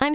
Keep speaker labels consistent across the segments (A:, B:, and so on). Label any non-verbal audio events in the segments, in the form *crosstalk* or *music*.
A: I'm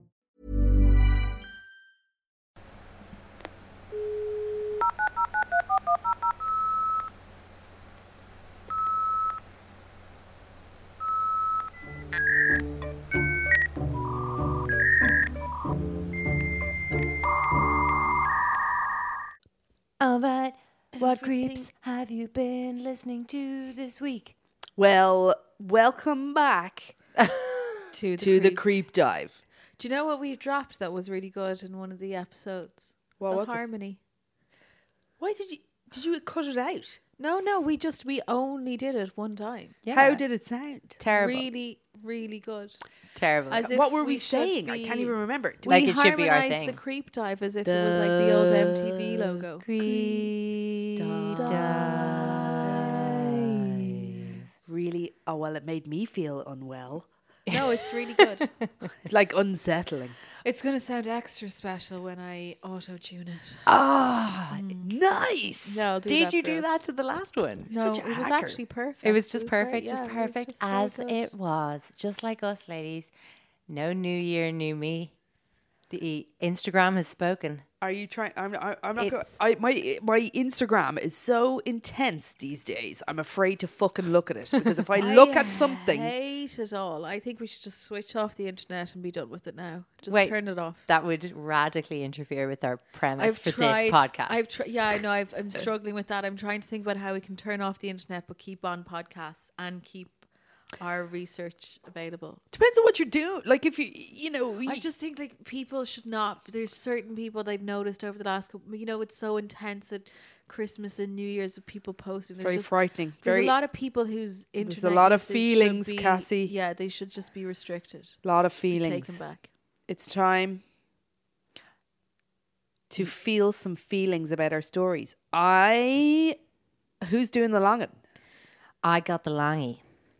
B: All right. What creeps have you been listening to this week?
C: Well, welcome back
D: to the,
C: to
D: creep.
C: the creep dive.
D: Do you know what we dropped that was really good in one of the episodes?
C: What
D: the
C: was it?
D: harmony.
C: Why did you did you cut it out?
D: No, no, we just we only did it one time.
C: How did it sound?
E: terrible?
D: Really, really good.
E: terrible.
D: As if
C: what were we,
D: should
C: saying? I can't
D: be-
C: even remember.
D: We
E: Like it should be our
D: harmonised the
E: thing.
D: creep dive as if it was like the old MTV logo.
C: Creep dive. Really? Oh well, it made me feel unwell,
D: No, it's really good.
C: like unsettling.
D: it's gonna sound extra special when I auto tune it.
C: Ah, nice.
D: No, I'll do
E: Did
D: that
E: you
D: for
E: do
D: us.
E: that to the last one?
D: No,
C: Such a
D: it was
C: hacker.
D: actually perfect.
E: It was just
D: very-
E: perfect,
D: yeah,
E: just
D: it was
E: perfect
D: just very
E: as
D: good.
E: it was. Just like us ladies. No new year, new me. The e, Instagram has spoken.
C: Are you trying? I'm. I- I'm not. Go-
E: It's-
C: I my my Instagram is so intense these days. I'm afraid to fucking look at it because if I look at something,
D: *laughs* I hate it all. I think we should just switch off the internet and be done with it now. Just
E: Wait.
D: turn it off.
E: That would radically interfere with our premise for this podcast.
D: I've tr- yeah, I know. I've,
E: *laughs*
D: I'm struggling with that. I'm trying to think about how we can turn off the internet but keep on podcasts and keep our research available.
C: depends on what you're doing. Like if you, you know,
D: I
C: you-
D: just think like people should not. There's certain people that I've noticed over the last couple. You know, it's so intense at Christmas and New Year's of people posting. There's
C: Very
D: just-
C: frightening.
D: There's
C: Very-
D: a lot of people whose
C: a
D: internet.
C: lot of
D: usage should
C: feelings,
D: be-
C: Cassie.
D: Yeah, they should just be restricted.
C: lot of
D: be
C: feelings.
D: Taken back.
C: It's time
D: Mm.
C: to feel some feelings about our stories. I. Who's doing the long one?
E: I got the longy.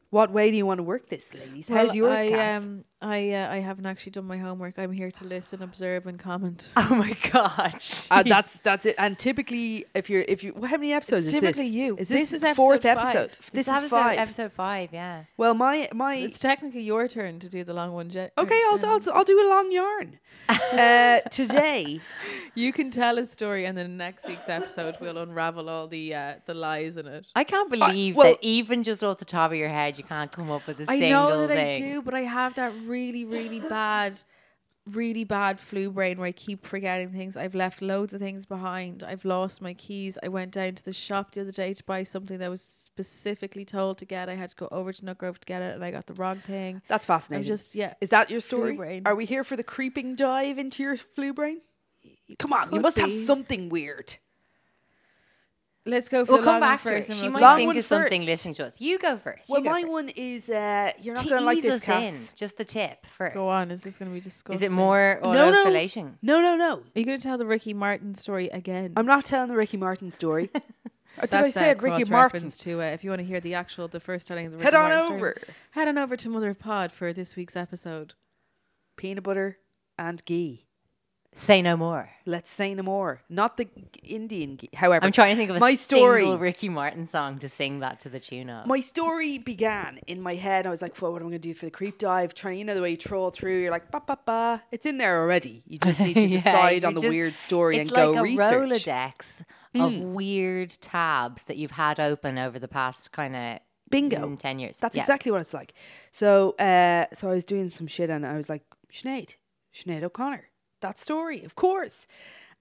C: What way do you want to work this, ladies? How's
D: Well,
C: yours,
D: I,
C: Cass?
D: Um, I uh, I haven't actually done my homework. I'm here to listen, observe, and comment.
C: Ah,
E: Oh my gosh.
C: *laughs*
D: *laughs*
C: Uh,
E: *laughs*
C: that's that's it. And typically, if you're if you well, how many episodes
D: It's
C: is
D: typically
C: this?
D: you.
C: Is this,
D: This is
C: the fourth
D: episode five.
C: episode? This is
E: episode,
C: five.
E: episode five, yeah.
C: Well, my my
D: It's technically your turn to do the long one, uh, Jet.
C: okay. I'll, I'll I'll do a
D: *laughs*
C: long yarn. uh, today,
D: You can tell a story, and then next week's episode we'll unravel all the uh, the lies in it.
E: I can't believe
C: well-
E: that even just off the top of your head, you can't come up with a
D: I
E: single
D: know that
E: thing.
D: I do, but I have that really, really bad really bad flu brain where I keep forgetting things. I've left loads of things behind. I've lost my keys. I went down to the shop the other day to buy something that I was specifically told to get. I had to go over to Nut Grove to get it and I got the wrong thing.
C: That's fascinating.
D: just- yeah,
C: Is that your
D: flu
C: story?
D: brain.
C: Are we here for the creeping dive into your flu brain? Come on, you must have
D: be.
C: something weird.
D: Let's go for
E: We'll
D: the long
E: come back
D: one
E: to it.
D: first and
E: She
D: we'll
E: might
D: come back.
C: Long
E: think
C: one
E: of something
C: first.
E: listening to us. You go first.
C: Well,
E: you go
C: my
E: first.
C: one is uh, you're not
E: To
C: going to like
E: ease
C: this,
E: us
C: Cass.
E: in, just the tip first.
D: Go on. Is this going to be disgusting?
E: Is it more oil
C: No, no,
E: filation?
C: no, no, no.
D: Are you going to tell the Ricky Martin story again?
C: I'm not telling the Ricky Martin story. *laughs* Uh, Did I
D: That's
C: say
D: a
C: it, Ricky
D: cross-reference
C: Martin?
D: To it, if you want to hear the actual, the first telling of the Ricky
C: Head on
D: Martin story,
C: over.
D: head on over to Mother of Pod for this week's episode.
C: Peanut butter and ghee.
E: Say no more.
C: Let's say no more. Not the g- Indian ghee. However,
E: I'm trying to think of a
C: my story.
E: single Ricky Martin song to sing that to the tune of.
C: My story began in my head. I was like, well, what am I going to do for the creep dive? Trying, you know, the way you troll through, you're like, ba, ba, ba. It's in there already. You just need to
E: *laughs* Yeah,
C: decide on
E: you
C: the
E: just-
C: weird story
E: it's
C: and go
E: like a
C: research. Hmm.
E: Rolodex of weird tabs that you've had open over the past kind of
C: Bingo.
E: ten years.
C: That's
E: Yeah.
C: exactly what it's like. So, uh, so I was doing some shit and I was like, Sinead, Sinead O'Connor, that story, of course.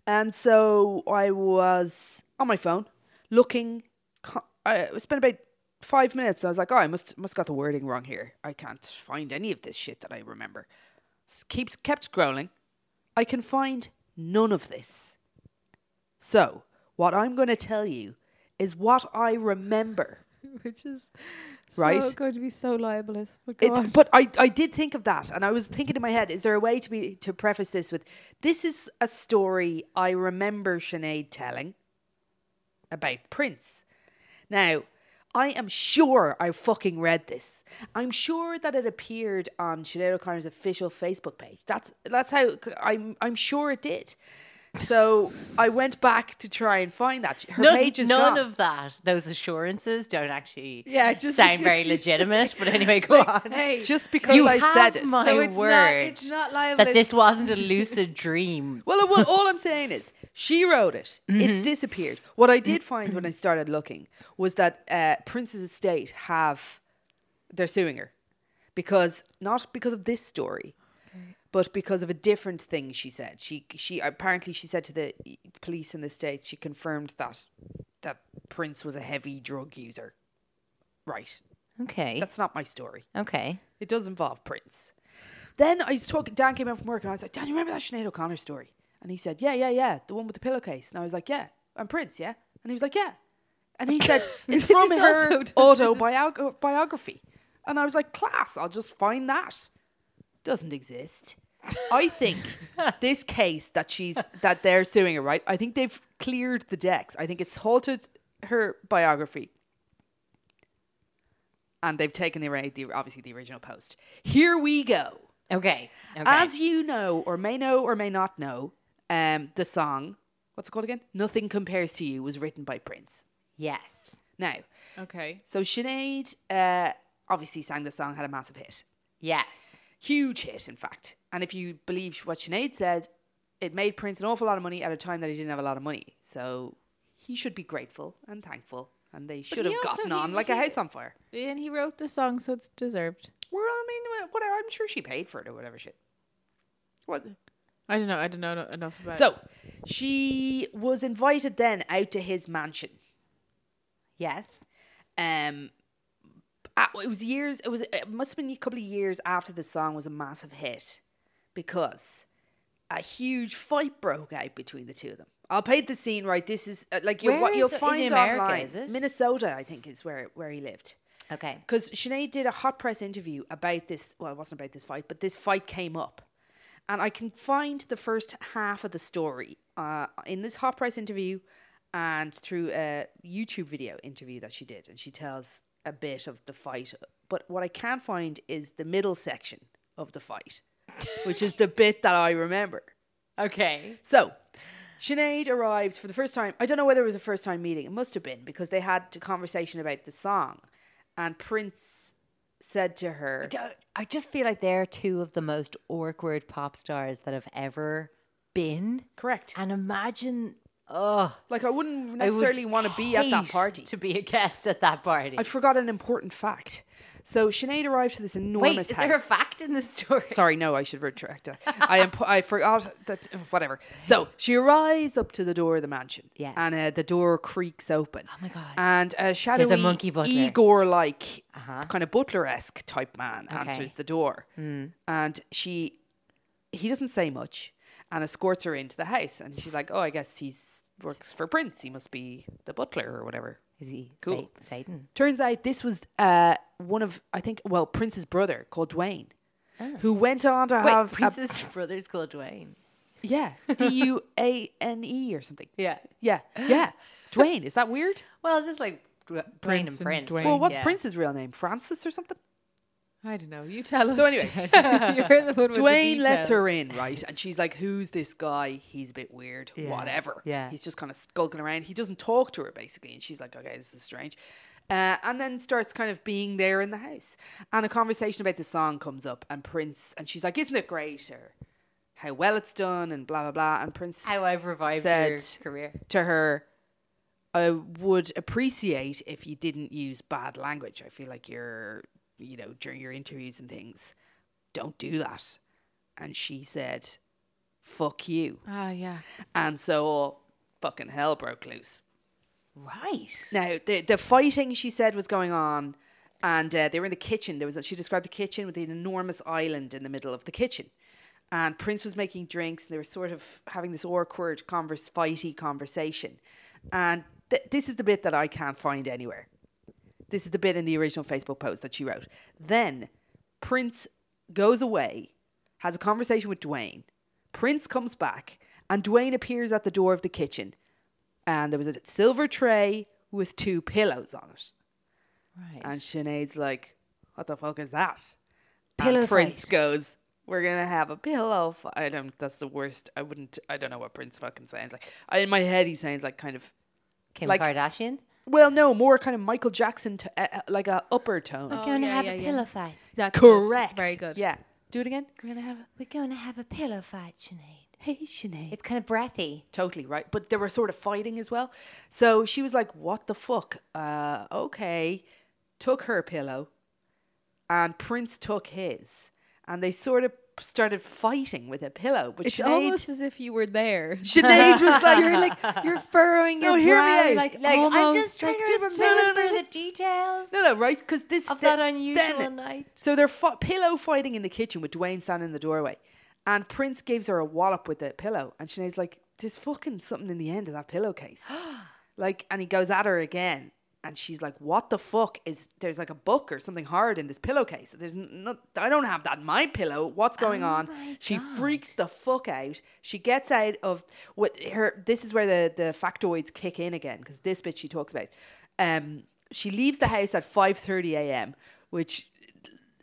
C: And so I was on my phone looking. co- I I spent about five minutes. And I was like, oh, I must must got the wording wrong here. I can't find any of this shit that I remember. S- Keeps kept scrolling. I can find none of this. So what I'm going to tell you is what I remember.
D: *laughs* which is
C: Right.
D: so going to be so libelous. But go
E: Oh,
C: It's,
D: on.
C: but I, I did think of that, and I was thinking in my head, is there a way to be to preface this with, this is a story I remember Sinead telling about Prince. Now, I am sure I fucking read this. I'm sure that it appeared on Sinead O'Connor's official Facebook page. That's that's how I'm I'm sure it did. So I went back to try and find that. Her
E: none,
C: page is
E: none
C: gone.
E: of that. Those assurances don't actually
C: Yeah, just
E: sound
C: because
E: very
C: you say-
E: legitimate. But anyway, go on.
D: hey,
C: just because
E: you
C: I
E: have
C: said it.
E: my
D: So it's
E: word.
D: not- it's not libelous.
E: that this wasn't a lucid dream.
C: Well, it, well, all I'm saying is she wrote it. It's disappeared. What I did find when I started looking was that uh, Prince's estate have they're suing her because not because of this story, but because of a different thing she said. She she apparently she said to the e, police in the states she confirmed that that Prince was a heavy drug user. Right.
E: Okay.
C: That's not my story.
E: okay.
C: It does involve Prince. Then I was talking. Dan came in from work, and I was like, "Dan, you remember that Sinead O'Connor story?" And he said, "Yeah, yeah, yeah, the one with the pillowcase." And I was like, "Yeah, and Prince, yeah." And he was like, "Yeah," and he
D: *laughs*
C: said, "It's from
D: This
C: her
D: also does- this is-
C: autobiography." And I was like, "Class, I'll just find that." Doesn't exist.
D: *laughs*
C: I think this case that she's that they're suing her, right? I think they've cleared the decks. I think it's halted her biography and they've taken the, ori- the obviously the original post. Here we go.
E: Okay. Okay.
C: As you know, or may know, or may not know, um, the song what's it called again? Nothing compares to you was written by Prince.
E: yes.
C: Now,
D: okay.
C: so Sinead uh, obviously sang the song, had a massive hit,
E: Yes.
C: huge hit, in fact. And if you believe what Sinead said, it made Prince an awful lot of money at a time that he didn't have a lot of money. So he should be grateful and thankful, and they should
D: he
C: have
D: also-
C: gotten
D: he-
C: on like a
D: he-
C: house on fire.
D: And he wrote the song, so it's deserved.
C: Well, I mean, wha- whatever. I'm sure she paid for it or whatever shit. What?
D: I don't know. I don't know no- enough about.
C: So she was invited then out to his mansion.
E: Yes.
C: Um, at- Uh, it was years. It was. It must have been a couple of years after the song was a massive hit, because a huge fight broke out between the two of them. I'll paint the scene right. This is uh, like you,
E: Where
C: what
E: is
C: you'll
E: it? In
C: find
E: America,
C: online.
E: is it?
C: Minnesota, I think, is where where he lived.
E: Okay.
C: Because Sinead did a hot press interview about this. Well, it wasn't about this fight, but this fight came up. And I can find the first half of the story uh, in this hot press interview and through a YouTube video interview that she did. And she tells a bit of the fight. But what I can find is the middle section of the fight, which is the bit that I remember.
E: Okay.
C: So, Sinead arrives for the first time. I don't know whether it was a first time meeting. It must have been because they had a conversation about the song. And Prince said to her,
E: I just feel like they're two of the most awkward pop stars that have ever been.
C: Correct.
E: And imagine Oh,
C: Like I wouldn't
E: I would
C: necessarily want to be at that
E: hate
C: party.
E: To be a guest at that party.
C: I forgot an important fact. So Sinead arrived to this enormous
E: Wait, is
C: house.
E: there a fact in this story?
C: Sorry, no, I should retract that. I am. pu- I forgot that. Whatever. So she arrives up to the door of the mansion.
E: Yeah.
C: And uh, the door creaks open. Oh
E: my God.
C: And a shadowy,
E: monkey butler. Uh-huh.
C: Igor-like, kind of butler-esque type man answers the door,
E: Hmm.
C: and she, he doesn't say much, and escorts her into the house, and she's like, "Oh, I guess he's works for Prince. He must be the butler or whatever."
E: Is he
C: Cool.
E: Sa- Satan?
C: Turns out this was uh, one of I think well Prince's brother called Dwayne, who went on to
E: Oh. Wait,
C: have a-
E: Prince's brother's called Dwayne.
C: yeah D U A N E or something.
E: Yeah.
C: Yeah, yeah. Dwayne, is that
E: *laughs*
C: weird?
E: Well, just like Dw- Dwayne
D: Prince
E: and
D: and
E: Prince.
D: Dwayne.
C: Well, what's
E: yeah.
C: Prince's real name? Francis or something?
D: I don't know. You tell us. *laughs*
C: So anyway,
D: Jen. you're the one with the
C: Dwayne lets
D: details.
C: her in, right? And she's like, "Who's this guy? He's a bit weird. Whatever.
E: yeah.
C: He's just kind of skulking around. He doesn't talk to her basically." And she's like, "Okay, this is strange." Uh, and then starts kind of being there in the house, and a conversation about the song comes up, and Prince and she's like, "Isn't it great?" Or how well it's done, and blah blah blah. And Prince
E: How I've revived your
C: said
E: career.
C: to her, I would appreciate if you didn't use bad language. I feel like you're, you know, during your interviews and things, don't do that. And she said, fuck you.
D: Ah, yeah.
C: And so all fucking hell broke loose.
E: Right.
C: Now, the, the fighting she said was going on, and uh, they were in the kitchen. There was a, She described the kitchen with an enormous island in the middle of the kitchen. And Prince was making drinks, and they were sort of having this awkward, converse, fighty conversation. And th- this is the bit that I can't find anywhere. This is the bit in the original Facebook post that she wrote. Then Prince goes away, has a conversation with Dwayne. Prince comes back, and Dwayne appears at the door of the kitchen. And there was a silver tray with two pillows on it.
E: Right.
C: And Sinead's like, What the fuck is that?
E: Pillow
C: and Prince
E: fight.
C: goes, We're gonna have a pillow fight. I don't that's the worst. I wouldn't I don't know what Prince fucking sounds like. I, in my head he sounds like kind of
E: Kim
C: like-
E: Kardashian.
C: well, no, more kind of Michael Jackson, t- uh, uh, like a upper
E: Oh,
C: tone.
B: We're going to
D: yeah,
B: have
D: yeah,
B: a
D: yeah.
B: pillow fight.
D: That's good.
C: Correct.
D: Very good.
C: Oh, Yeah. Do it again. We're gonna have
B: We're going to have a pillow fight, Sinead.
C: *laughs* Hey, Sinead.
B: It's kind of breathy.
C: Totally right. But they were sort of fighting as well. So she was like, What the fuck? Uh, okay. Took her pillow and Prince took his. And they sort of started fighting with a pillow. But
D: It's
C: Sinead, *laughs*
D: almost as if you were there.
C: Sinead was
D: *laughs*
C: like,
D: you're like you're furrowing your
C: No, hear me
D: brow.
C: out.
D: you're Like,
E: Like I'm
D: almost,
E: just trying
D: like,
E: to
D: just
E: remember
D: tell us
E: the
C: *laughs*
E: details
C: No, no, right? Because this
E: of
C: the-
E: that
C: then
E: unusual
C: it-
E: night.
C: So they're fi- pillow fighting in the kitchen with Dwayne standing in the doorway. And Prince gives her a wallop with the pillow. And Sinead's like, there's fucking something in the end of that
E: *gasps*
C: pillowcase. *gasps* like, and he goes at her again. And she's like, what the fuck is, there's like a book or something hard in this pillowcase. There's n- not, I don't have that in my pillow. What's going on? She freaks the fuck out. She gets out of what her, this is where the, the factoids kick in again. Because this bit she talks about. Um, she leaves the house at 5.30 a.m., which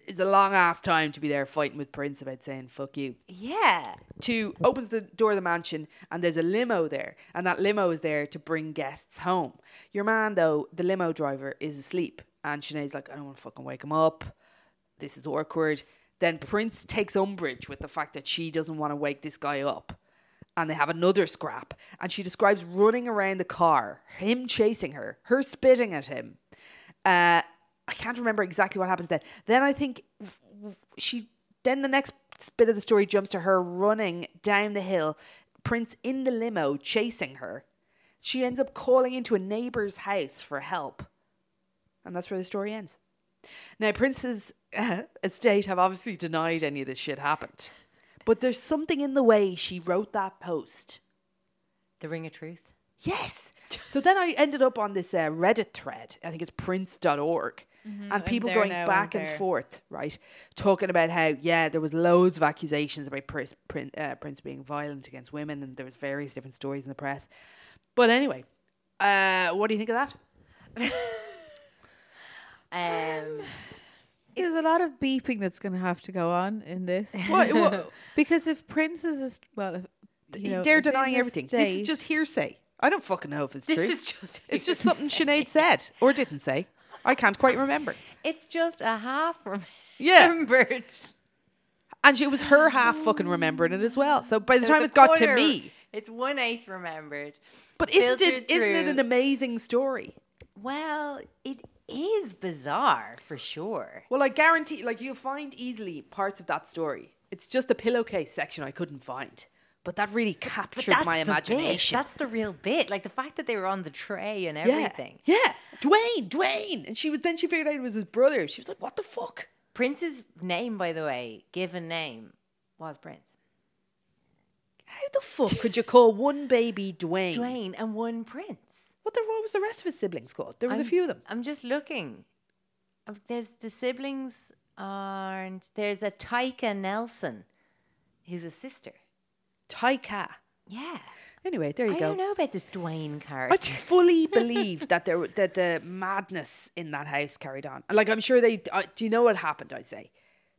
C: it's a long ass time to be there fighting with Prince about saying fuck you. *laughs*
E: Yeah.
C: To opens the door of the mansion and there's a limo there, and that limo is there to bring guests home. Your man though, the limo driver, is asleep, and Sinead's like, I don't want to fucking wake him up. This is awkward. Then Prince takes umbrage with the fact that she doesn't want to wake this guy up. And they have another scrap. And she describes running around the car, him chasing her, her spitting at him. Uh, I can't remember exactly what happens then. Then I think she then the next bit of the story jumps to her running down the hill, Prince in the limo chasing her. She ends up calling into a neighbor's house for help. And that's where the story ends. Now, Prince's *laughs* uh, estate have obviously denied any of this shit happened. But there's something in the way she wrote that post.
E: The ring of truth.
C: Yes. *laughs* So then I ended up on this uh, Reddit thread. I think it's prince.org. and people
D: there
C: going
D: now, I'm
C: back and
D: there.
C: forth, right? Talking about how, yeah, there was loads of accusations about Prince, Prin uh, Prince being violent against women. And there was various different stories in the press. But anyway, uh, what do you think of that?
E: Um,
D: There's a lot of beeping that's going to have to go on in *laughs* this.
C: What, *laughs* what,
D: Because if Prince is a st- well, if, you know,
C: they're
D: if his
C: denying everything. This
D: estate-
C: is just hearsay. I don't fucking know if it's true.
E: is just
C: it's just something Sinead said or didn't say. I can't quite remember.
E: it's just a half
C: Yeah.
E: *laughs* remembered.
C: And she- it was her half fucking remembering it as well. So by the time
E: the
C: it got to
E: corner.
C: me,
E: It's one eighth remembered.
C: But isn't
E: Filtered
C: it isn't it
E: through-
C: an amazing story?
E: Well, it is bizarre for sure.
C: Well, I guarantee, like you'll find easily parts of that story. It's just the pillowcase section I couldn't find, but that really
E: But
C: captured
E: that's
C: my
E: the
C: imagination.
E: Bit. That's the real bit. Like the fact that they were on the tray and
C: Yeah,
E: everything.
C: Yeah, Dwayne, Dwayne, and she was then she figured out it was his brother. She was like, "What the fuck?"
E: Prince's name, by the way, given name, was Prince.
C: How the
E: *laughs*
C: fuck could you call one baby Dwayne?
E: Dwayne and one Prince.
C: What, the, what was the rest of his siblings called? There was
E: I'm-
C: a few of them.
E: I'm just looking. Uh, There's the siblings aren't. There's a Taika Nelson, who's a sister.
C: Taika.
E: Yeah.
C: Anyway, there you
E: I
C: go.
E: don't know about this Dwayne
C: I
E: character.
C: fully believe that there that the madness in that house carried on. Like I'm sure they. I do you know what happened? I'd say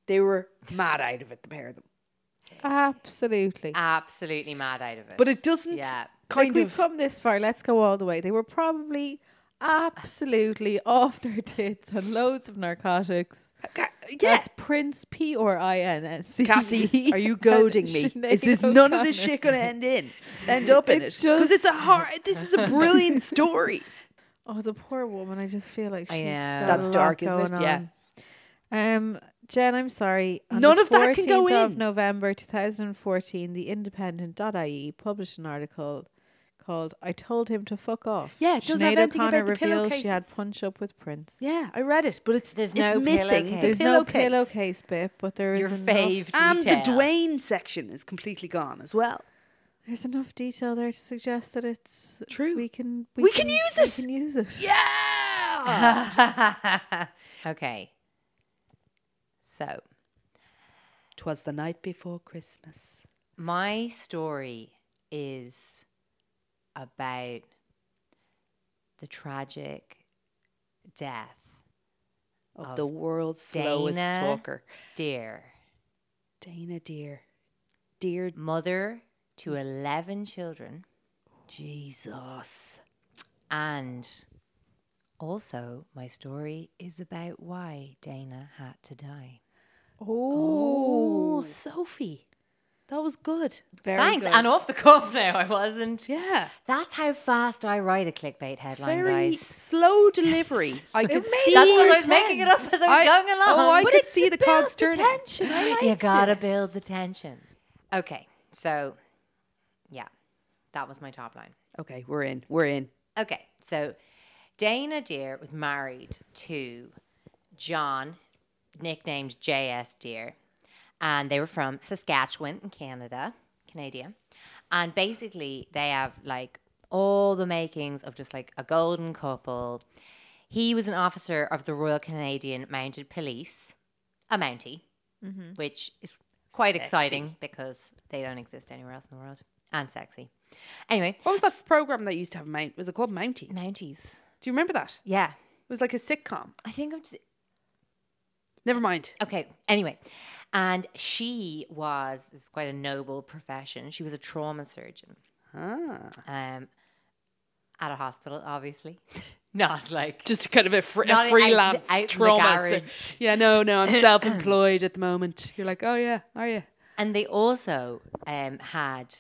C: they were mad out of it. The pair of them.
D: Absolutely.
E: Absolutely mad out of it.
C: But it doesn't
E: Yeah. Like
D: Like
C: kind
D: we've
C: of.
D: come this far. Let's go all the way. They were probably absolutely off their tits and loads of narcotics.
C: Ca- yeah.
D: That's Prince P or I N S E. C.
C: Cassie,
D: *laughs*
C: are you goading me? Is this none of this shit going to end in end up in
D: It's
C: it? Because it's
D: just-
C: a hard. This is a brilliant story.
D: Oh, the poor woman. I just feel like
E: I
D: she's.
E: know.
D: got a
C: That's
D: lot
C: dark, isn't it?
D: going
C: Yeah.
D: on. Um, Jen, I'm sorry. On
C: None
D: the
C: of that can go
D: 14th Of
C: in.
D: November 2014, the Independent.ie E published an article called "I Told Him to Fuck Off."
C: Yeah, it doesn't have
D: Sinead
C: anything about
D: O'Connor
C: the
D: reveals she had
C: pillowcases.
D: punch up with Prince.
C: Yeah, I read it, but it's
E: There's
C: it's
E: no
C: missing
E: pillowcase.
C: the
D: There's
C: pillowcase.
D: no pillowcase bit, but there is
E: Your
D: enough-
E: fave
C: and
E: detail.
C: the Dwayne section is completely gone as well.
D: There's enough detail there to suggest that it's
C: True.
D: We can
C: We can use it.
D: We can use it.
C: Yeah. *laughs*
E: okay. So
C: Twas the night before Christmas.
E: my story is about the tragic death
C: Of,
E: Of
C: the world's slowest
E: Dana
C: talker.
E: Dear.
C: Dana dear. Dear
E: mother to 11 children
C: Jesus.
E: and also my story is about why Dana had to die.
C: Oh, Sophie. That was good.
D: Very
E: Thanks.
D: good.
E: And off the cuff now, I wasn't.
C: Yeah.
E: That's how fast I write a clickbait headline,
C: Very
E: guys.
C: slow delivery. I *laughs* could
D: made
C: see
E: That's
D: Your
E: because I was making it up as I was going along.
C: Oh, I
D: But
C: could
D: it
C: see the
D: built
C: cogs turning.
D: tension. I
E: you
D: liked
E: gotta
D: it.
E: build the tension. Okay, so yeah, that was my top line.
C: Okay, we're in. We're in.
E: Okay, so Dana Deer was married to John, nicknamed J.S. Deer, and they were from Saskatchewan in Canada, Canadian. And basically, they have like all the makings of just like a golden couple. He was an officer of the Royal Canadian Mounted Police, a Mountie, which is quite exciting because they don't exist anywhere else in the world, and sexy. Anyway,
C: What was that program that used to have Mount? Was it called Mountie?
E: Mounties.
C: Do you remember that?
E: Yeah.
C: It was like a sitcom.
E: I think I'm. T-
C: Never mind.
E: okay. Anyway, and she was it's quite a noble profession. She was a trauma surgeon.
C: Ah.
E: Um, at a hospital, obviously, *laughs* not like
C: Just kind of a, fr-
E: Not out- out-
C: a freelance
E: out in the
C: trauma.
E: garage.
C: se- yeah, no, no, I'm self-employed at the moment. You're like, oh yeah, oh yeah.
E: And they also um had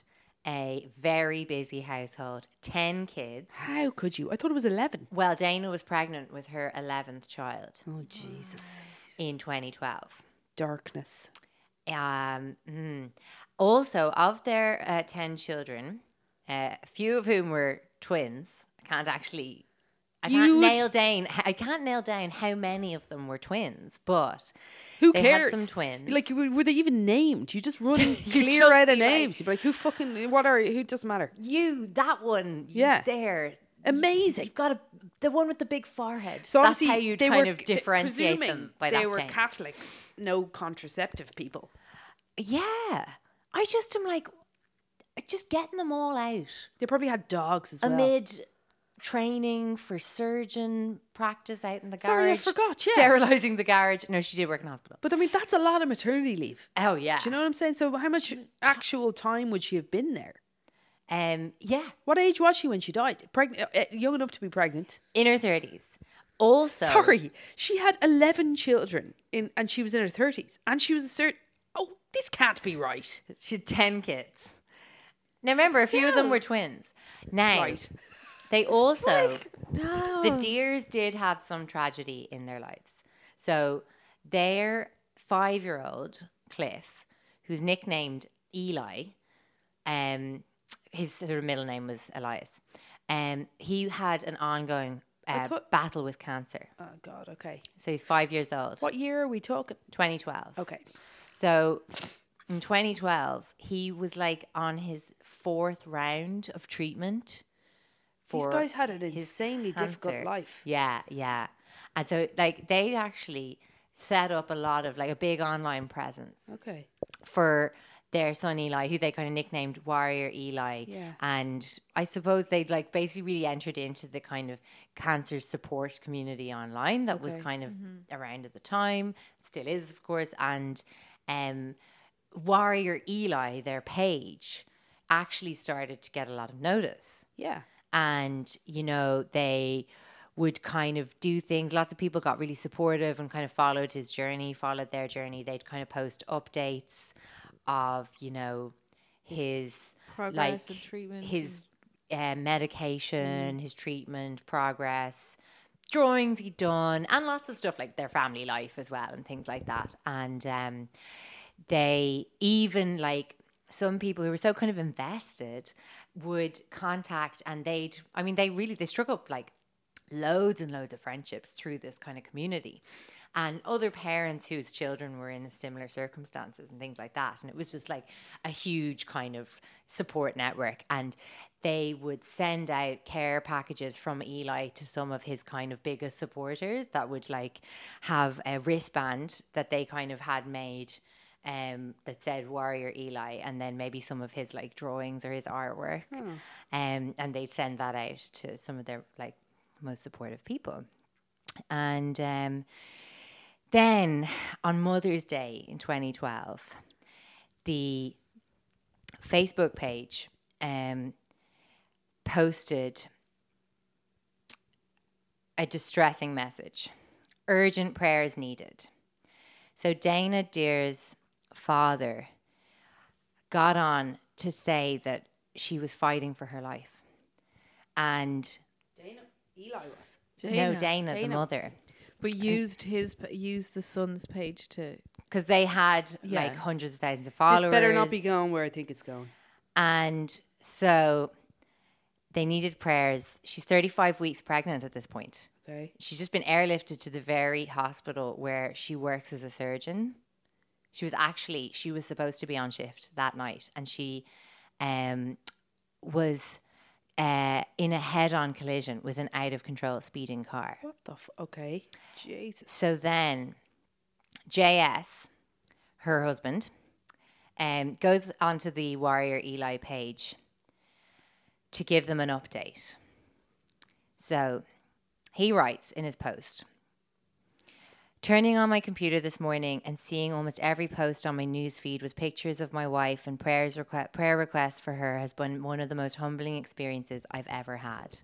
E: a very busy household, ten kids.
C: How could you? I thought it was eleven.
E: Well, Dana was pregnant with her eleventh child
C: Oh Jesus,
E: in 2012.
C: darkness.
E: Um, mm. Also, of their uh, 10 children, uh, a few of whom were twins, I can't actually. I can't
C: You ex-
E: nail down. I can't nail down how many of them were twins, but
C: Who
E: They had
C: cares?
E: some twins.
C: Like, were were they even named? You just
E: *laughs*
C: run clear
E: just
C: out
E: be
C: of
E: like-
C: names. You'd be like, who fucking? What are? you? Who doesn't matter?
E: you, that one, you
C: Yeah.
E: there,
C: Amazing.
E: You've got a, the one with the big forehead.
C: So
E: that's
C: obviously
E: how you
C: they
E: kind
C: were
E: of
C: they-
E: differentiate them
C: presuming
E: by
C: they
E: that
C: were
E: change.
C: Catholics, no contraceptive people.
E: Yeah, I just am like, just getting them all out.
C: They probably had dogs as well.
E: amid training for surgeon practice out in the garage.
C: Sorry, I forgot, yeah.
E: Sterilizing the garage. No, she did work in hospital.
C: But I mean, that's a lot of maternity leave.
E: Oh yeah.
C: Do you know what I'm saying? So, how much actual time would she have been there?
E: Um, yeah,
C: What age was she when she died? Pregnant, uh, young enough to be pregnant.
E: in her thirties. Also,
C: Sorry, she had eleven children in, and she was in her thirties, and she was a cert. Oh, this can't be right.
E: she had ten kids. Now remember, a few of them were twins. Now,
C: *laughs*
E: they also the Deers did have some tragedy in their lives. So their five-year-old Cliff, who's nicknamed Eli, um, his her middle name was Elias. Um, he had an ongoing uh,
C: thought-
E: battle with cancer.
C: Oh God. Okay.
E: So he's five years old.
C: What year are we talking?
E: 2012.
C: Okay.
E: So in 2012, he was like on his fourth round of treatment.
C: These
E: for
C: guys had an
E: his
C: insanely difficult
E: cancer.
C: life.
E: Yeah, yeah. And so like they actually set up a lot of like a big online presence
C: Okay.
E: for their son Eli, who they kind of nicknamed Warrior Eli.
C: Yeah.
E: And I suppose they'd like basically really entered into the kind of cancer support community online that was
C: Okay. Mm-hmm.
E: kind of around at the time, still is, of course. And um, Warrior Eli, their page, actually started to get a lot of notice
C: Yeah.
E: and you know they would kind of do things lots of people got really supportive and kind of followed his journey followed their journey they'd kind of post updates of you know his,
D: progress
E: like
D: and treatment Mm.
E: his uh, medication his treatment progress drawings he'd done and lots of stuff like their family life as well and things like that and um they even like some people who were so kind of invested would contact and they'd i mean they really they struck up like loads and loads of friendships through this kind of community and other parents whose children were in similar circumstances and things like that and it was just like a huge kind of support network and they would send out care packages from Eli to some of his kind of biggest supporters that would like have a wristband that they kind of had made um, that said Warrior Eli, and then maybe some of his like drawings or his artwork, um, and they'd send that out to some of their like most supportive people. And um, then on Mother's Day in 2012, the Facebook page um, posted a distressing message. Urgent prayers needed. So Dana Deer's father got on to say that she was fighting for her life. And
C: Eli was.
E: no, Dana, the mother.
D: but used his p- used the son's page to
E: Because they had
D: Yeah.
E: like hundreds of thousands of followers.
C: This better not be going where I think it's going.
E: And so they needed prayers. She's 35 weeks pregnant at this point.
C: Okay.
E: She's just been airlifted to the very hospital where she works as a surgeon. She was actually she was supposed to be on shift that night, and she um, was uh, in a head-on collision with an out-of-control speeding car.
C: What the? F- okay. Jesus.
E: So then, JS, her husband, um, goes onto the Warrior Eli page to give them an update. So he writes in his post Turning on my computer this morning and seeing almost every post on my news feed with pictures of my wife and prayers requ- prayer requests for her has been one of the most humbling experiences I've ever had.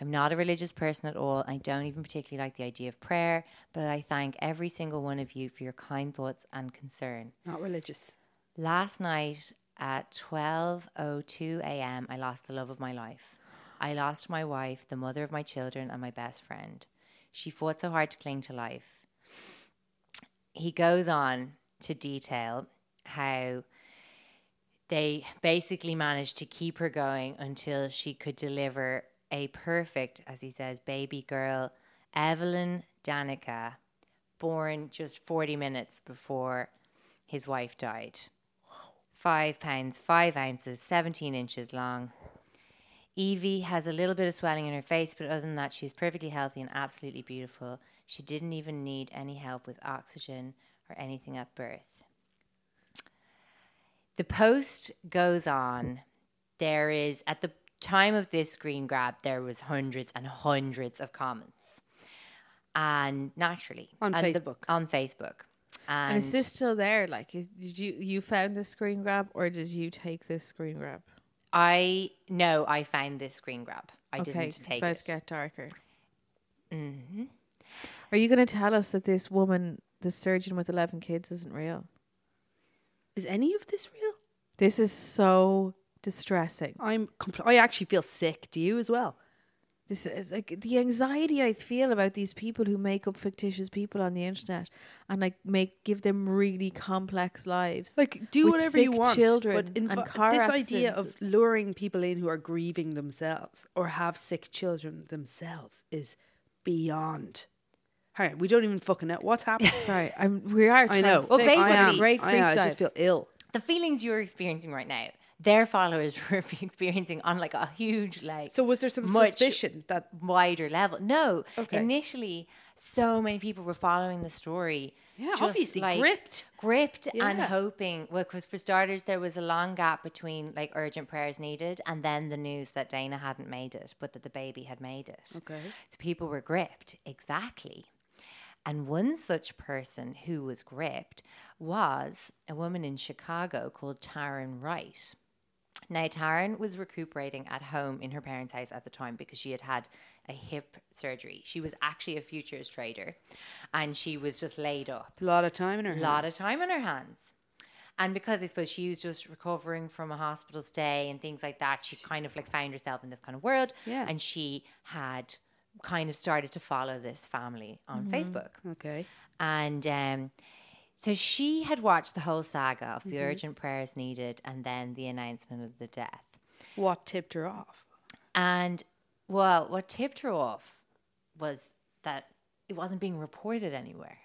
E: I'm not a religious person at all. I don't even particularly like the idea of prayer, but I thank every single one of you for your kind thoughts and concern.
C: Not religious.
E: Last night at 12:02 a.m., I lost the love of my life. I lost my wife, the mother of my children, and my best friend. She fought so hard to cling to life. He goes on to detail how they basically managed to keep her going until she could deliver a perfect, as he says, baby girl, Evelyn Danica, born just 40 minutes before his wife died. Five pounds, five ounces, 17 inches long. Evie has a little bit of swelling in her face, but other than that, she's perfectly healthy and absolutely beautiful. She didn't even need any help with oxygen or anything at birth. The post goes on. There is, at the time of this screen grab, there was hundreds and hundreds of comments. And naturally.
C: On
E: and the-
C: Facebook.
E: on Facebook.
D: and, is this still there like is, did you you found this screen grab or did you take this screen grab
E: I no, I found this screen grab. I didn't
D: it's
E: take
D: about
E: it. Mm-hmm.
D: to get darker are you going to tell us that this woman the surgeon with 11 kids isn't real
C: Is any of this real?
D: this is so distressing.
C: I'm. Compl- I actually feel sick. Do you as well?
D: This is like the anxiety I feel about these people who make up fictitious people on the internet and like make give them really complex lives.
C: Like do
D: with
C: whatever
D: sick
C: you want.
D: Children
C: but in
D: and
C: fa-
D: car
C: this idea of
D: accidents is-
C: luring people in who are grieving themselves or have sick children themselves is beyond. All right, we don't even fucking know what's happening.
D: sorry, I'm we are.
C: I know.
E: Well,
D: transfixed.
E: basically-
D: I am. *laughs* great
C: I,
D: creep
C: know, I
D: dive.
C: just feel ill.
E: The feelings you're experiencing right now, their followers *laughs* were experiencing on like a huge like
C: So was there some
E: much
C: suspicion that
E: wider level. No.
C: Okay.
E: Initially, so many people were following the story.
C: Yeah, obviously, gripped.
E: Gripped and
C: Yeah.
E: hoping. Well, because for starters, there was a long gap between like urgent prayers needed and then the news that Dana hadn't made it, but that the baby had made it. Okay. So people were gripped. Exactly. And one such person who was gripped was a woman in Chicago called Taryn Wright. Now, Taryn was recuperating at home in her parents' house at the time because she had had a hip surgery. She was actually a futures trader and she was just laid up.
C: a lot of time in her
E: A lot of time on her hands. And because I suppose she was just recovering from a hospital stay and things like that, she kind of like found herself in this kind of world.
C: Yeah.
E: And she had kind of started to follow this family on
C: Mm-hmm.
E: Facebook.
C: Okay.
E: And um, so she had watched the whole saga of
C: Mm-hmm.
E: the urgent prayers needed and then the announcement of the death.
C: What tipped her off?
E: And well, what tipped her off was that it wasn't being reported anywhere.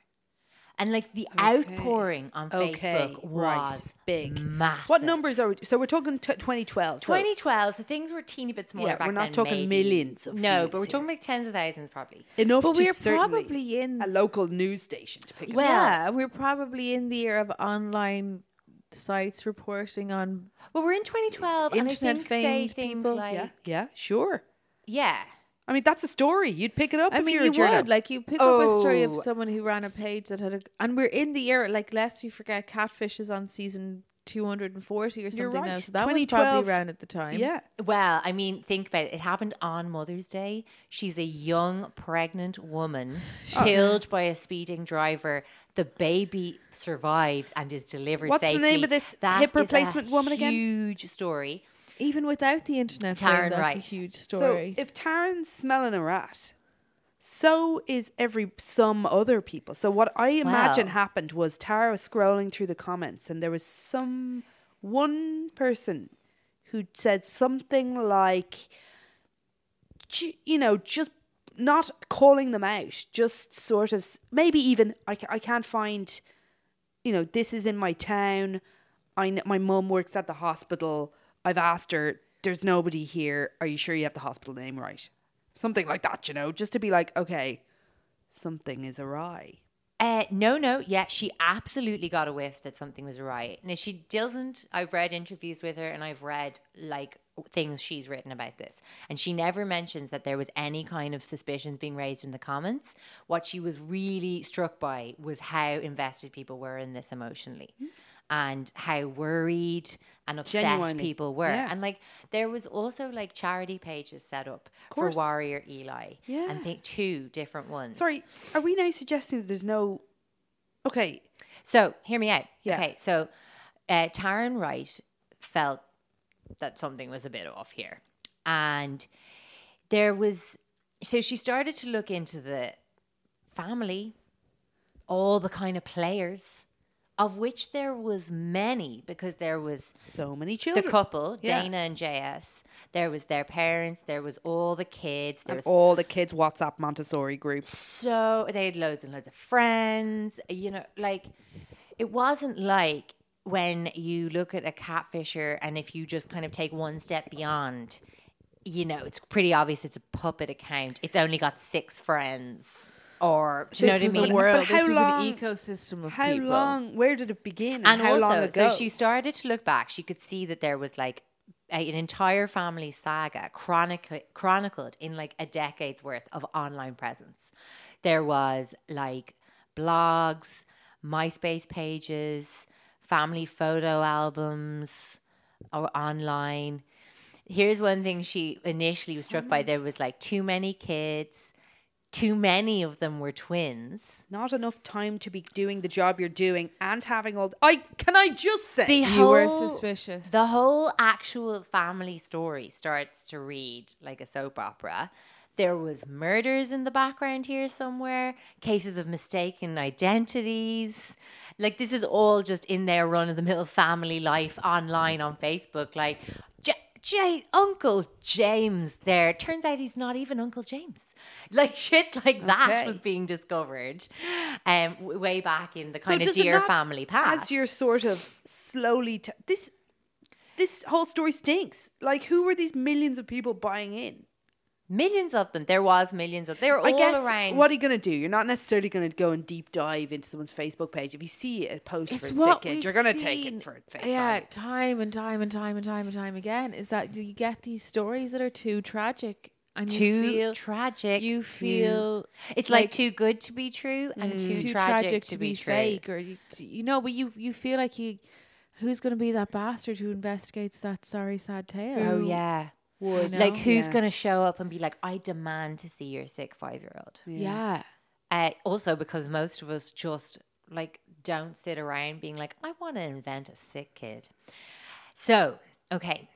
E: And like the outpouring on
C: Okay,
E: Facebook
C: right,
E: was
C: big.
E: massive.
C: What numbers are we? So we're talking t- 2012. so-
E: 2012, so things were teeny bits more
C: Yeah,
E: back
C: we're not
E: then,
C: talking
E: maybe.
C: millions of
E: No, but
C: views
E: we're talking
C: here.
E: like tens of thousands probably.
C: enough
D: But
C: to
D: we're
C: certainly-
D: probably in-
C: a local news station to pick up.
E: Well-
D: yeah, we're probably in the era of online sites reporting on
E: Well, we're in 2012 and I
D: Internet
E: think say
D: famed
E: things
D: people,
E: like
C: yeah,
E: yeah.
C: yeah, sure. I mean, that's a story. You'd pick it up
D: I
C: if
D: mean,
C: you're
D: you
C: a journal.
D: would like you pick up a story of
C: Oh.
D: someone who ran a page that had a, and we're in the era like lest we forget, Catfish is on season two hundred and forty or something
C: You're
D: now,
C: right.
D: so that was
C: 2012.
D: probably around at the time.
C: Yeah.
E: Well, I mean, think about it. It happened on Mother's Day. She's a young, pregnant woman
C: Oh.
E: killed by a speeding driver. The baby survives and is delivered
C: What's the
E: safely.
C: name of this
E: That
C: hip
E: is a
C: replacement woman again?
E: Huge story.
D: even without the internet, fame,
E: Taryn
D: that's a
E: Wright.
D: huge
C: So
D: story.
C: if Taryn's smelling a rat, so is every some other people. So what I imagine
E: Wow.
C: happened was Tara was scrolling through the comments, and there was some one person who said something like, ju- you know, just not calling them out, just sort of s- maybe even I, ca- I can't find, you know, this is in my town. I kn- my mum works at the hospital. I've asked her. There's nobody here. Are you sure you have the hospital name right? Something like that, you know, just to be like, okay, something is awry.
E: Uh, no, no, yeah, she absolutely got a whiff that something was right. Now she doesn't. I've read interviews with her, and I've read like things she's written about this, and she never mentions that there was any kind of suspicions being raised in the comments. What she was really struck by was how invested people were in this emotionally,
C: Hmm.
E: and how worried and upset
C: Genuinely,
E: people were,
C: yeah.
E: and like there was also like charity pages set up for
C: course.
E: Warrior Eli,
C: Yeah.
E: and think two different ones.
C: Sorry, are we now suggesting that there's no? Okay,
E: So hear me out.
C: Yeah.
E: Okay. So uh, Taryn Wright felt that something was a bit off here. And there was, so she started to look into the family, all the kind of players, of which there was many because there was
C: so many children.
E: the couple,
C: Yeah.
E: Dana and JS. There was their parents. There was all the kids. There
C: and
E: was
C: all the kids WhatsApp Montessori groups.
E: so they had loads and loads of friends you know like it wasn't like when you look at a catfisher and if you just kind of take one step beyond you know it's pretty obvious it's a puppet account it's only got six friends or do you know
D: this
E: what i
D: was
E: mean
D: a world.
C: But how
D: this was
C: long-
D: an ecosystem of
C: How
D: people.
C: long? Where did it begin? And,
E: and
C: how
E: also
C: long ago?
E: so she started to look back she could see that there was like a, an entire family saga chronicle, chronicled in like a decade's worth of online presence there was like blogs myspace pages family photo albums or online
C: Oh
E: here's one thing she initially was struck by there was like too many kids too many of them were twins.
C: Not enough time to be doing the job you're doing and having all. I can I just say
E: The
D: You were
E: whole-
D: suspicious.
E: The whole actual family story starts to read like a soap opera. There was murders in the background here somewhere, cases of mistaken identities. Like this is all just in their run of the mill family life online on Facebook. Like J- J- Uncle James there. Turns out he's not even Uncle James. Like *laughs* shit like that
C: Okay.
E: was being discovered um, w- way back in the
C: So
E: kind of
C: does it
E: dear
C: not-
E: family past.
C: As you're sort of slowly t- this this whole story stinks. Like who were these millions of people buying in?
E: Millions of them. There was millions of. They were
C: I
E: all
C: guess
E: around.
C: what are you gonna do? You're not necessarily gonna go and deep dive into someone's Facebook page. If you see a post for a sick kid,
D: we've
C: you're gonna take it
D: seen,
C: for face
D: yeah,
C: value.
D: time and time and time and time and time again. Is that you get these stories that are too tragic and you
E: too
D: feel-
E: tragic.
D: You
E: too-
D: feel mm,
E: it's like, too good to be true and too, tragic, to, be, true.
D: fake, or you, t- you know, but you you feel like you. Who's going to be that bastard who investigates that sorry, sad tale?
E: Oh yeah.
D: would
E: Like
D: know?
E: who's
C: Yeah.
E: gonna show up and be like, I demand to see your sick five year old.
D: yeah.
E: Uh, also because most of us just like don't sit around being like, I want to invent a sick kid. So okay.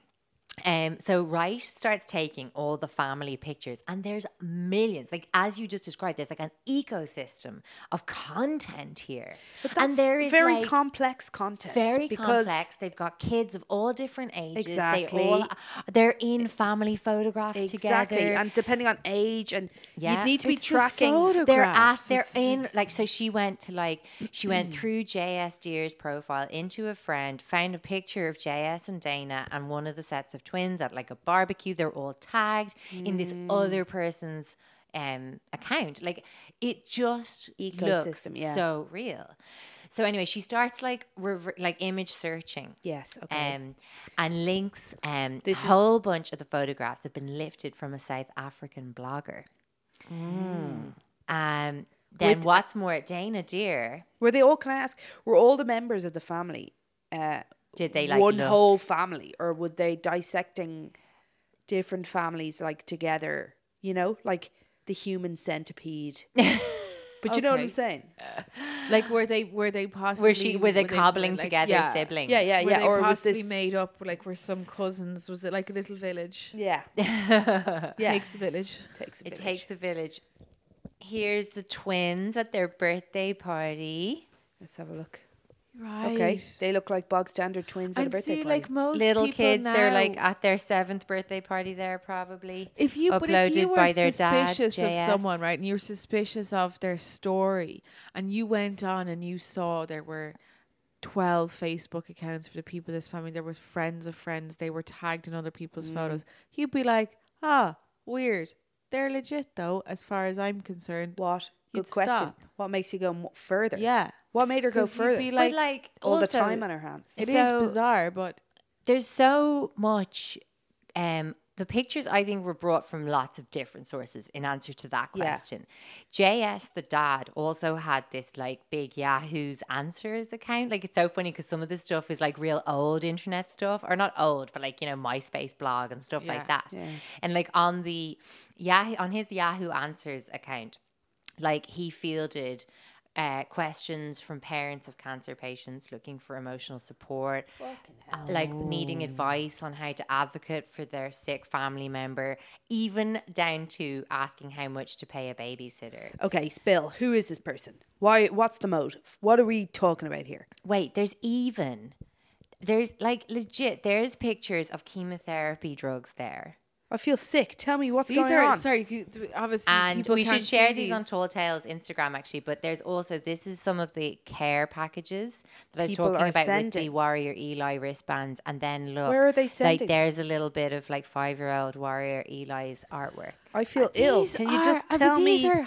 E: Um, so Wright starts taking all the family pictures, and there's millions. Like as you just described, there's like an ecosystem of content here,
C: But that's
E: and there is
C: very
E: like,
C: complex content.
E: very
C: because
E: complex. They've got kids of all different ages.
C: Exactly.
E: They all, they're in family photographs
C: Exactly.
E: together.
C: And depending on age and
E: Yeah.
C: you'd need to be
D: It's the
C: tracking
D: photo-
E: they're at
D: photographs.
E: they're in like so she went to like she went through JS Deer's profile into a friend, found a picture of JS and Dana and one of the sets of twins at like a barbecue. They're all tagged in this other person's um account. Like it just looks
C: Ecosystem, yeah.
E: so real. So anyway, she starts like rever- like image searching.
C: Yes, okay.
E: Um, and links um,
C: This
E: a
C: is-
E: whole bunch of the photographs have been lifted from a South African blogger.
D: Hmm.
E: Um, then
C: With-
E: what's more, Dana Deer
C: Were they all? Can I ask? Were all the members of the family? Uh,
E: Did they, like,
C: one
E: look? *laughs*
C: whole family, or were they dissecting different families like together? You know, like the human
E: *laughs*
C: centipede. but you know what I'm
D: Okay.
C: saying?
D: Like were they were they possibly
E: where she were they cobbling
D: like,
E: together
D: yeah.
E: siblings?
C: Yeah, yeah,
D: Were
C: yeah.
D: they
C: Or was
D: possibly
C: this?
D: made up? Like were some cousins? Was it like a little village?
C: yeah, yeah.
D: Takes the village.
C: takes a
E: It
C: bit.
E: takes a village. Here's the twins at their birthday party.
C: Let's have a look.
D: Right.
C: Okay, they look like bog standard twins at a
D: And
C: birthday
D: see,
C: party.
D: like most
E: Little
D: people
E: kids, they're
D: now-
E: like at their seventh birthday party there probably.
D: if you but if you
E: uploaded
D: were
E: by their dad,
D: suspicious
E: JS.
D: of someone, right, and you were suspicious of their story, and you went on and you saw there were twelve Facebook accounts for the people of this family, there was friends of friends, they were tagged in other people's
E: Mm.
D: photos, you'd be like, ah, weird. They're legit though, as far as I'm concerned.
C: what? Good
D: You'd
C: question.
D: stop.
C: What makes you go mo- further?
D: Yeah.
C: What made her go
D: 'Cause you'd
C: further?
D: be
E: But,
D: like-
E: like
C: all the
E: also-
C: time on her hands.
D: It is
E: So-
D: bizarre, but
E: there's so much um the pictures i think were brought from lots of different sources in answer to that
C: Yeah.
E: question js the dad also had this like big yahoo's answers account like it's so funny because some of this stuff is like real old internet stuff or not old but like you know myspace blog and stuff like that and like on the yahoo on his yahoo answers account like he fielded uh, questions from parents of cancer patients looking for emotional support, uh, like needing advice on how to advocate for their sick family member, even down to asking how much to pay a babysitter.
C: Okay, Bill, who is this person? Why? What's the motive? What are we talking about here?
E: Wait, there's even, there's like legit, there's pictures of chemotherapy drugs there.
C: I feel sick. Tell me what's
D: these
C: going
D: are
C: on.
D: sorry. You, obviously,
E: and
D: people
E: we
D: can't
E: should share
D: see
E: these. on Tall Tales Instagram actually. But there's also this is some of the care packages that I was
C: People
E: talking
C: are
E: about with the
C: sending.
E: Warrior Eli wristbands, and then look,
C: Where are they
E: Like
C: sending?
E: there's a little bit of like five year old Warrior Eli's artwork.
C: I feel ill.
D: These
C: Can you
D: are-
C: just
D: uh, but
C: tell
D: these
C: me?
D: are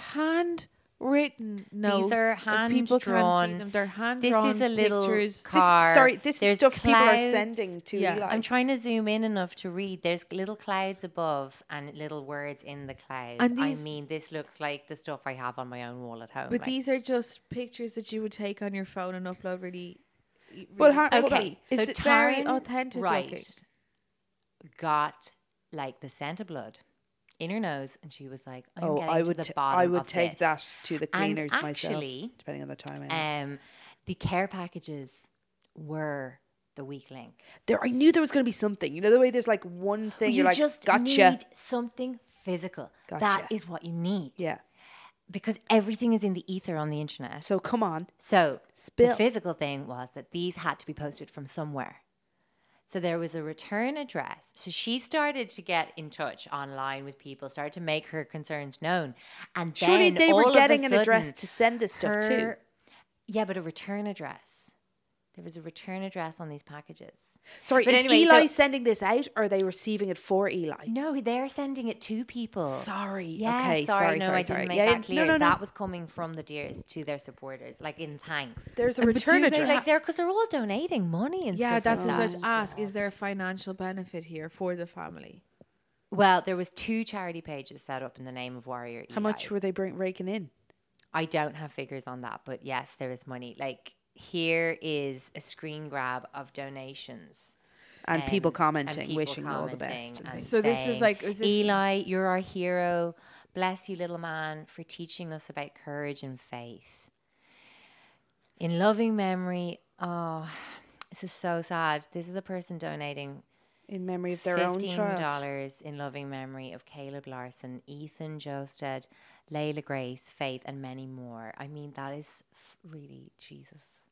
D: handwritten notes.
E: These are
D: If people
E: hand
D: can't see
E: drawn.
D: them, They're hand
E: This
D: drawn
E: is a little
D: pictures.
E: car.
C: sorry, this is
E: There's
C: stuff people are
E: clouds.
C: sending to
D: Yeah.
C: Eli.
E: I'm trying to zoom in enough to read. There's little clouds above and little words in the clouds.
D: And these-
E: I mean, this looks like the stuff I have on my own wall at home.
D: But
E: like-
D: these are just pictures that you would take on your phone and upload really. really
C: But how- hold on.
E: Okay,
D: quickly.
C: Is
E: so
C: it
D: very
E: Taryn
D: authentic
E: Wright
D: looking?
E: got like the scent of blood in her nose, and she was like, I'm
C: oh,
E: getting
C: I
E: to
C: would.
E: the
C: t-
E: bottom
C: I would
E: of
C: take
E: this."
C: that to the
E: And
C: cleaners
E: actually,
C: myself, depending on the time. I am.
E: Um, the care packages were the weak link.
C: there, I knew there was going to be something. You know the way there's like one thing.
E: Oh, you
C: you're like,
E: just
C: gotcha.
E: need something physical. That
C: Gotcha.
E: is what you need.
C: yeah.
E: Because everything is in the ether on the internet.
C: So come on.
E: So the
C: Spill.
E: physical thing was that these had to be posted from somewhere. So there was a return address. So she started to get in touch online with people, started to make her concerns known, and
C: Surely
E: then
C: they were
E: all of a
C: getting an address
E: sudden,
C: to send this stuff to.
E: her- Yeah, but a return address. There was a return address on these packages.
C: Sorry,
E: But
C: is
E: anyway,
C: Eli
E: so-
C: sending this out, or are they receiving it for Eli?
E: No, they're sending it to people.
C: Sorry.
E: Yeah,
C: okay.
E: sorry,
C: Sorry.
E: no,
C: sorry.
E: I
C: sorry.
E: didn't make
C: yeah,
E: that clear.
C: No, no, no.
E: That was coming from the deers to their supporters, like in thanks.
C: There's a
D: And but do
C: return
D: they,
E: It's
C: address.
E: like they're because they're all donating money and
D: Yeah,
E: stuff.
D: that's
E: like
D: what I
E: that.
D: was ask. Is there a financial benefit here for the family?
E: Well, there was two charity pages set up in the name of Warrior.
C: How much
E: Eli.
C: were they bring, raking in?
E: I don't have figures on that, but yes, there is money. Like here is a screen grab of donations.
C: And
E: um,
C: people
E: and
C: commenting,
E: people
C: wishing all the best.
E: commenting
C: and
E: and
C: things.
D: So this is
E: saying,
D: like- is this-
E: Eli, you're our hero. Bless you, little man, for teaching us about courage and faith. In loving memory, oh, this is so sad. This is a person donating
C: in memory of their own child.
E: dollars in loving memory of Caleb Larson, Ethan Josted, Layla Grace, Faith, and many more. I mean, that is f- really Jesus.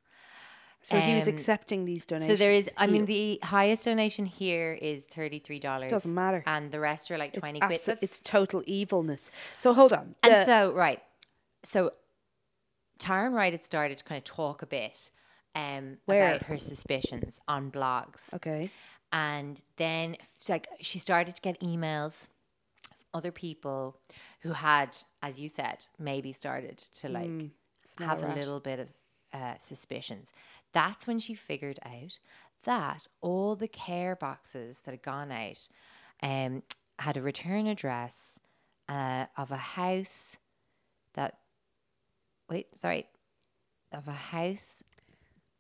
C: So he was
E: Um,
C: accepting these donations.
E: So there is. I mean,
C: He-
E: the highest donation here is thirty three dollars.
C: Doesn't matter.
E: and the rest are like
C: it's,
E: twenty quid.
C: abso-
E: That's-
C: it's total evilness. So hold on.
E: and
C: The-
E: so right, so Taryn Wright had started to kind of talk a bit um,
C: Where?
E: about her suspicions on blogs.
C: okay,
E: and then it's like she started to get emails of other people who had as you said maybe started to like have a little bit of uh, suspicions that's when she figured out that all the care boxes that had gone out um, had a return address uh, of a house that wait sorry of a house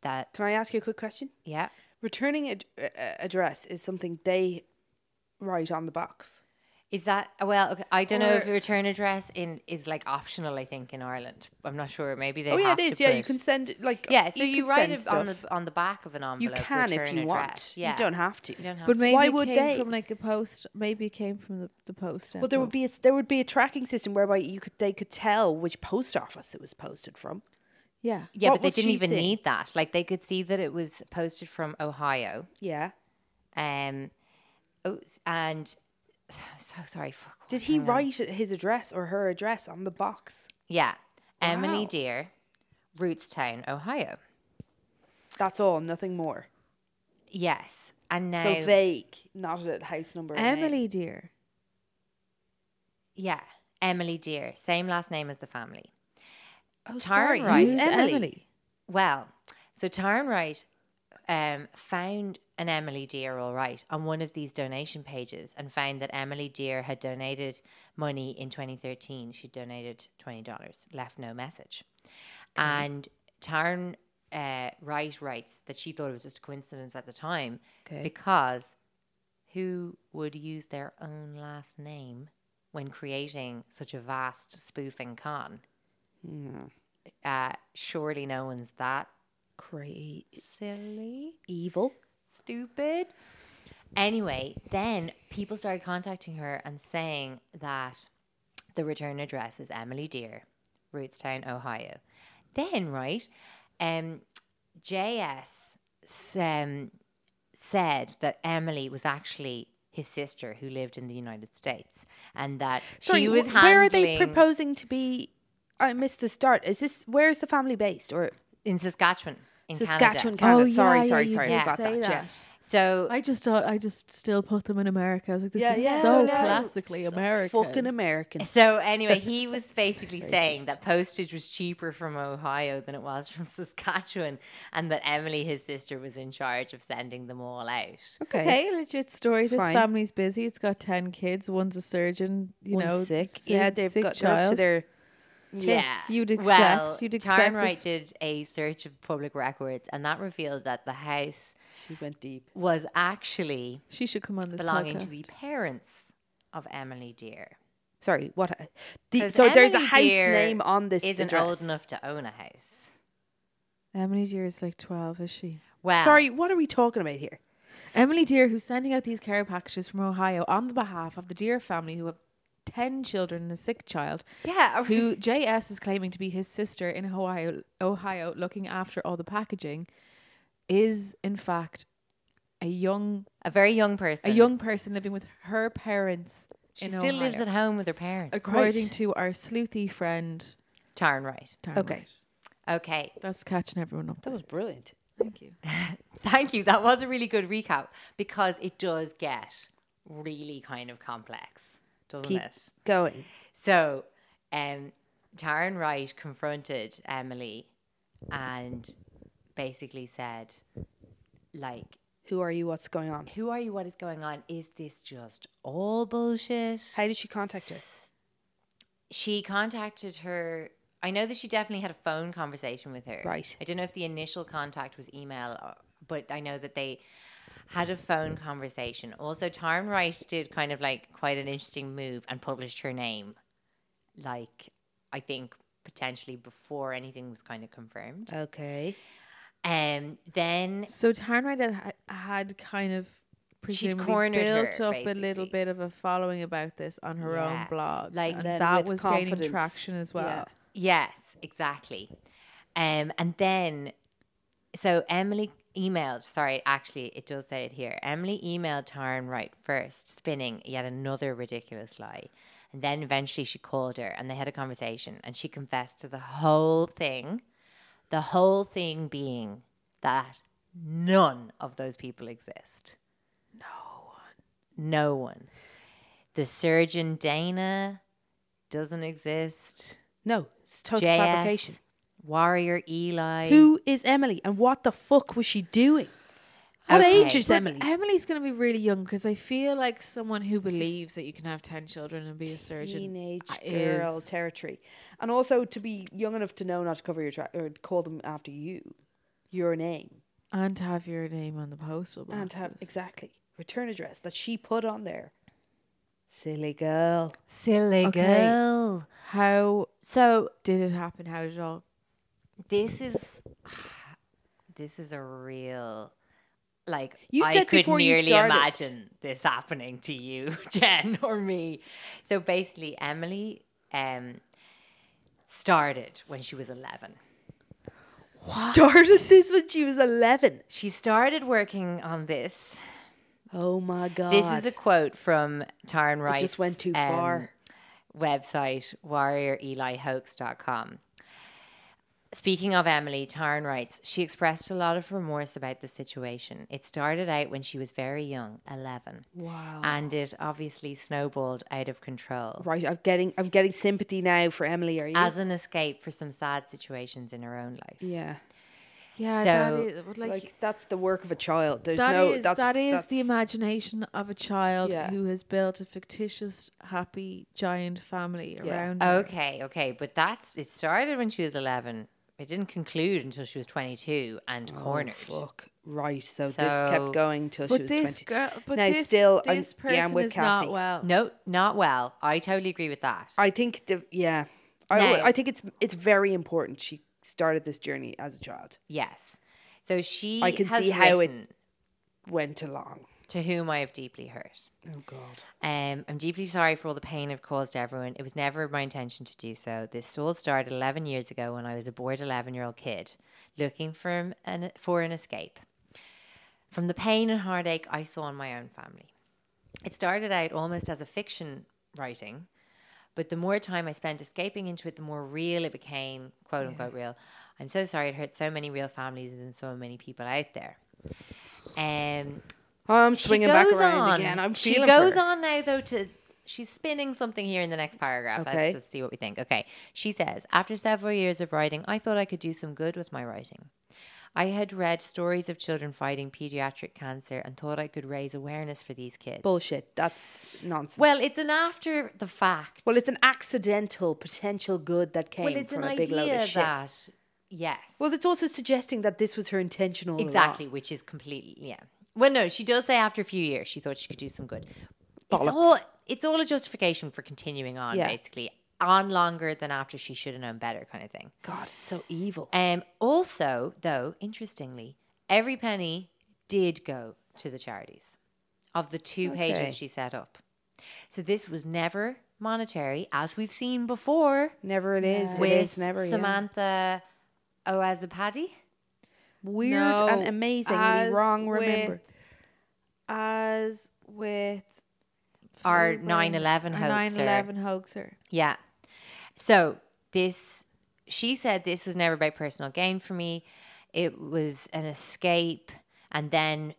E: that
C: can I ask you a quick question?
E: yeah
C: Returning ad- uh, uh, address is something they write on the box.
E: Is that well? Okay, I don't know if
C: Or-
E: a return address in is like optional. I think in Ireland, I'm not sure. Maybe they.
C: oh yeah,
E: have
C: it is.
E: to
C: Yeah,
E: put-
C: you can send like
E: Yeah, so you,
C: can
E: write
C: send
E: it on the
C: stuff.
E: on the back of an envelope.
C: You can if
E: return
C: you want.
E: address. Yeah,
C: You don't have to.
E: You don't have
D: But
E: to.
D: maybe
C: Why
D: it
C: would
D: came
C: they?
D: from like a post. Maybe it came from the, the post.
C: Well, there would
D: envelope.
C: be a, there would be a tracking system whereby you could they could tell which post office it was posted from.
D: yeah.
E: yeah,
C: what
E: but they
C: was
E: didn't
C: she
E: even
C: saying?
E: need that. Like they could see that it was posted from Ohio.
C: Yeah.
E: Um, oh, and *sighs* so sorry. Fuck, what
C: Did
E: was
C: he
E: her name?
C: write his address or her address on the box?
E: Yeah, Emily
C: Wow.
E: Dear, Rootstown, Ohio.
C: That's all, nothing more.
E: Yes, and now
C: So vague, not a house number. or name.
D: Emily, dear.
E: yeah, Emily Dear, same last name as the family.
C: Oh,
E: Taryn
C: sorry.
E: Right.
C: who's
D: Who's
C: Emily?
E: Well, so Taryn Wright um, found an Emily Dear all right on one of these donation pages and found that Emily Dear had donated money in 2013. She donated $20, left no message. And Taryn uh, Wright writes that she thought it was just a coincidence at the time
C: Okay.
E: because who would use their own last name when creating such a vast spoofing con? Uh, surely no one's that
C: Crazy,
E: silly,
C: evil.
E: stupid. Anyway, then people started contacting her and saying that the return address is Emily Dear, Rootstown, Ohio. Then, right, um, JS s- um, said that Emily was actually his sister who lived in the United States and that she
C: Sorry,
E: was
C: wh- where are they
E: handling-
C: proposing to be? oh, I missed the start. Is this where's the family based or
E: in Saskatchewan. In
C: Saskatchewan,
E: Canada.
C: Canada?
D: Oh, yeah,
C: sorry,
D: yeah,
C: sorry,
D: you
C: sorry.
D: did
C: I got
D: say
C: that. Yeah.
D: that.
E: So
D: I just thought I just still put them in America. I was like, this
C: Yeah,
D: is
C: yeah. I
D: so
C: know.
D: classically American.
C: Fucking American.
E: So anyway, he was basically saying that postage was cheaper from Ohio than it was from *laughs* Saskatchewan, and that Emily, his sister, was in charge of sending them
C: *laughs*
E: all out.
C: Okay.
D: Okay, legit story. This
C: Fine.
D: family's busy. It's got ten kids. One's a surgeon. You
C: One's
D: know,
C: sick.
D: si-
C: Yeah, they've
D: sick
C: got they're up
D: child.
C: to their.
E: Yeah,
D: You'd expect-
E: Well,
D: you'd
E: Taryn
D: expect if-
E: Wright did a search of public records, and that revealed that the house
C: She went deep.
E: was actually
D: She should come on this
E: belonging
C: E
D: podcast.
E: to the parents of Emily Dear.
C: Sorry, what? uh, The,
E: 'Cause
C: so there's a
E: Emily
C: house
E: Dear
C: name on this
E: Isn't
C: address.
E: old enough to own a house.
D: Emily's year is like 12, is she?
E: Well,
C: Sorry, what are we talking about here?
D: Emily Dear, who's sending out these care packages from Ohio on the behalf of the Dear family, who have 10 children and a sick child,
E: Yeah, are we-
D: who JS is claiming to be his sister in Ohio, Ohio, looking after all the packaging, is in fact a young
E: a very young person.
D: a young person living with her parents.
E: She
D: in
E: still lives
D: Ohio.
E: at home with her parents.
D: According
C: Right.
D: to our sleuthy friend,
E: Tarn right.
D: Darren
C: Okay.
D: Wright.
E: Okay, *laughs*
D: that's catching everyone up.
C: That was brilliant.
D: Thank you.
E: Thank you. That was a really good recap because it does get really kind of complex, doesn't
C: Keep
E: it?
C: going.
E: So, um, Taryn Wright confronted Emily and basically said, like,
C: Who are you? What's going on?
E: who are you? What is going on? Is this just all bullshit?
C: How did she contact her?
E: she contacted her. I know that she definitely had a phone conversation with her.
C: Right.
E: I don't know if the initial contact was email, or- but I know that they had a phone conversation. Also, Tarn Wright did kind of like quite an interesting move and published her name, like I think potentially before anything was kind of confirmed.
C: Oh. Okay.
E: Um, then
D: So Tarnride had, ha- had kind of
E: She'd
D: presumably
E: cornered
D: built
E: her,
D: up a little
E: basically.
D: bit of a following about this on her
E: Yeah.
D: own blog, like
E: Like-
D: and
C: Then
D: that
C: with
D: was
C: confidence.
D: gaining traction as well.
C: Yeah.
E: Yes, exactly. Um, and then, so Emily emailed, sorry, actually, it does say it here. Emily emailed Taryn Wright first, spinning yet another ridiculous lie. And then eventually she called her and they had a conversation and she confessed to the whole thing. The whole thing being that none of those people exist. No one. No one. The surgeon Dana doesn't exist.
C: No, it's total
E: JS,
C: fabrication.
E: Warrior Eli.
C: Who is Emily and what the fuck was she doing? What
E: Okay.
C: age is
D: But
C: Emily?
D: Emily's going to be really young because I feel like someone who believes that you can have ten children and be a surgeon.
C: Teenage
D: uh,
C: girl
D: is-
C: territory. And also to be young enough to know not to cover your track or call them after you, your name.
D: and to have your name on the postal boxes.
C: And to have exactly return address that she put on there. Silly girl.
E: Silly
D: Okay.
E: girl.
D: How
E: So
D: did it happen? How did it all?
E: this is this is a real like
C: You
E: I
C: said
E: could
C: before you
E: nearly
C: started.
E: imagine this happening to you, *laughs* Jen or me. So basically, Emily um, started when she was eleven.
C: Started this when she was eleven.
E: She started working on this.
C: Oh my god.
E: This is a quote from Taryn Wright.
C: just went too far.
E: Website warriorelihoax.com. Speaking of Emily, Taryn writes, she expressed a lot of remorse about the situation. It started out when she was very young, 11. Wow. And it obviously snowballed out of control.
C: right. I'm getting I'm getting sympathy now for Emily. Are you?
E: As an escape for some sad situations in her own life.
C: yeah.
D: Yeah,
E: that
D: that
E: So,
D: is,
C: Like, that's the work of a child. There's
D: That is
C: no. that's,
D: that is the
C: that's-
D: imagination of a child
C: Yeah.
D: who has built a fictitious, happy, giant family
C: Yeah.
D: around. her.
E: Okay, okay, but that's it started when she was 11. It didn't conclude until she was 22 and cornered.
C: Oh, Fuck. Right. So, this
E: So-
C: kept going till she
D: But
C: was
D: this
C: twenty.
D: girl, but
C: now
D: this,
C: still, I'm-
D: this person
C: yeah, I'm with
D: is
C: Cassie.
D: not well.
E: No, not well. I totally agree with that.
C: Oh. I think the yeah. I,
E: Now-
C: I think it's it's very important. She started this journey as a child.
E: yes. So she
C: I can
E: has
C: see how it-
E: written,
C: Went along.
E: to whom I have deeply hurt.
C: Oh God.
E: Um, I'm deeply sorry for all the pain I've caused everyone. It was never my intention to do so. This all started 11 years ago when I was a bored 11 year old kid looking for an, for an escape from the pain and heartache I saw in my own family. It started out almost as a fiction writing, but the more time I spent escaping into it, the more real it became quote unquote real. I'm so sorry it hurt so many real families and so many people out there. Um,
C: I'm
E: she
C: swinging back
E: goes
C: around
E: on.
C: again. I'm
E: she
C: feeling
E: goes
C: for her.
E: on now though to she's spinning something here in the next paragraph.
C: Okay.
E: Let's just see what we think. Okay. She says, after several years of writing, I thought I could do some good with my writing. I had read stories of children fighting pediatric cancer and thought I could raise awareness for these kids.
C: Bullshit. That's nonsense.
E: Well, it's an after the fact.
C: well, it's an accidental potential good that came
E: well, it's
C: from
E: an
C: a
E: idea
C: big load of shit.
E: that yes.
C: Well, it's also suggesting that this was her intentional.
E: Exactly, which is completely yeah. Well, no, she does say after a few years she thought she could do some good. It's
C: Bollocks.
E: all it's all a justification for continuing on,
C: Yeah.
E: basically. On longer than after she should have known better, kind of thing.
C: God, it's so evil.
E: Um, also, though, interestingly, every penny did go to the charities of the two
C: Okay.
E: pages she set up. So this was never monetary, as we've seen before
C: Never it is.
E: with
C: it is never. yeah.
E: Samantha Oazapaddy.
C: Weird and
D: No,
C: amazingly
D: as
C: wrong. Remember.
D: with- as with
E: Our
D: Fibron-
E: 9/11
D: our
E: hoaxer.
D: 9/11 hoaxer.
E: Yeah. So this, she said, this was never about personal gain for me. It was an escape, and then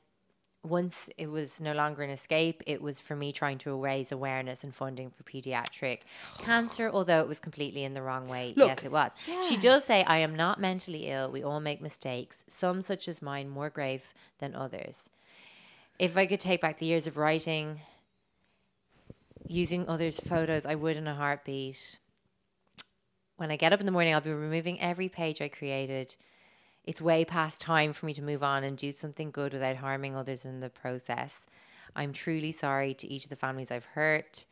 E: once it was no longer an escape, it was for me trying to raise awareness and funding for pediatric cancer, although it was completely in the wrong way. yes, it was. She does say, I am not mentally ill. We all make mistakes, some such as mine more grave than others. If I could take back the years of writing, using others' photos, I would in a heartbeat. When I get up in the morning, I'll be removing every page I created. It's way past time for me to move on and do something good without harming others in the process. I'm truly sorry to each of the families I've hurt.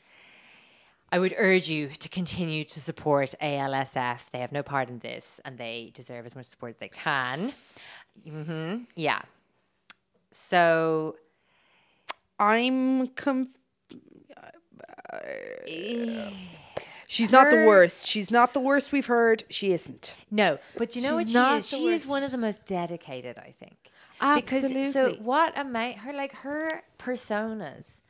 E: I would urge you to continue to support ALSF. They have no part in this and they deserve as much support as they can. hmm Yeah. So,
C: I'm conf- *sighs* She's not the worst. She's not the worst we've heard. She isn't.
E: No, but you know
D: She's
E: what she
D: not
E: is?
D: the
E: She is
D: worst.
E: one of the most dedicated, I think. Because so
D: Absolutely.
E: what a ma- her like her personas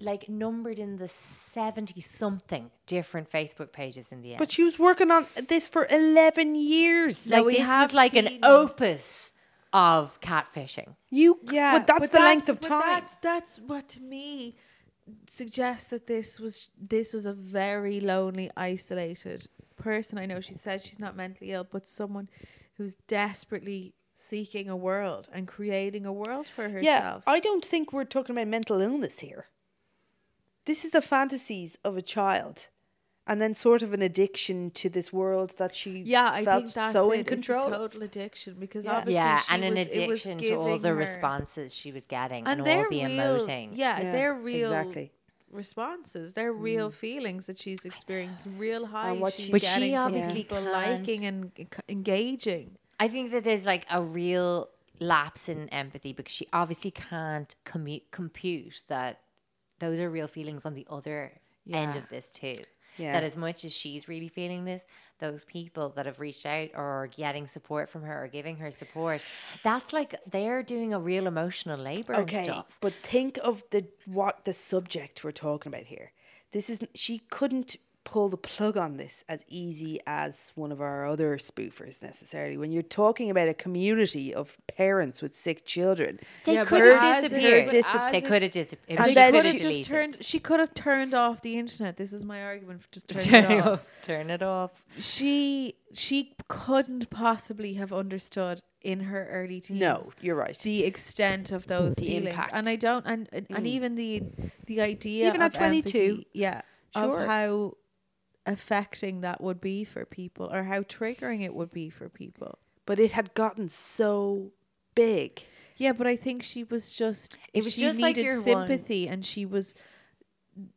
E: like numbered in the 70 something different Facebook pages in the end.
C: But she was working on this for 11 years.
E: like
D: we
E: this was
D: have
E: like an
D: seen-
E: opus of catfishing.
C: You, yeah, but that's the length of
D: but
C: time.
D: That's, that's what to me suggests that this was this was a very lonely, isolated person. I know she said she's not mentally ill, but someone who's desperately seeking a world and creating a world for herself.
C: Yeah, I don't think we're talking about mental illness here. This is the fantasies of a child, and then sort of an addiction to this world that she
D: yeah, I
C: felt
D: think that's
C: so
D: it.
C: in
D: It's a
C: control. of.
D: total addiction because
C: Yeah.
D: obviously
E: yeah,
D: she
E: and an
D: was- it was
E: addiction to all
D: giving
E: the
D: her-
E: responses she was getting and,
D: they're
E: all the
D: real,
E: emoting.
D: Yeah,
C: Yeah,
D: they're real
C: exactly.
D: responses. They're real feelings that she's experiencing, real highs
C: what
D: she's
C: she's But she
D: getting from
E: obviously
D: people
E: can't.
D: liking and en- engaging.
E: I think that there's like a real lapse in empathy because she obviously can't commu- compute that those are real feelings on the other end
D: Yeah.
E: of this too.
C: Yeah.
E: That as much as she's really feeling this, those people that have reached out or are getting support from her or giving her support, that's like they're doing a real emotional labor and
C: Okay,
E: stuff.
C: but think of the what the subject we're talking about here. This is she couldn't pull the plug on this as easy as one of our other spoofers necessarily. When you're talking about a community of parents with sick children,
E: They
D: Yeah,
E: could
D: but as
E: have
D: it-
E: disappeared.
D: but as
E: they
D: it-
E: could have disappeared.
C: And
D: She
E: She
C: then
D: could
E: could
D: have
E: have
C: she-
D: just turned. She could have turned off the internet. This is my argument. For
E: *laughs*
D: just turning
E: Turn
D: it
E: it
D: off.
E: off. Turn it off.
D: She she couldn't possibly have understood in her early teens.
C: no, you're right.
D: The extent of those feelings,
C: Mm. impact. Mm.
D: and I don't, and and, and even the the idea
C: Even at
D: of
C: 22.
D: empathy, yeah,
C: Sure.
D: of how affecting that would be for people, or how triggering it would be for people.
C: but it had gotten so big.
D: Yeah, but I think she was just
E: It was
D: she
E: just like
D: needed
E: your one-
D: sympathy and she was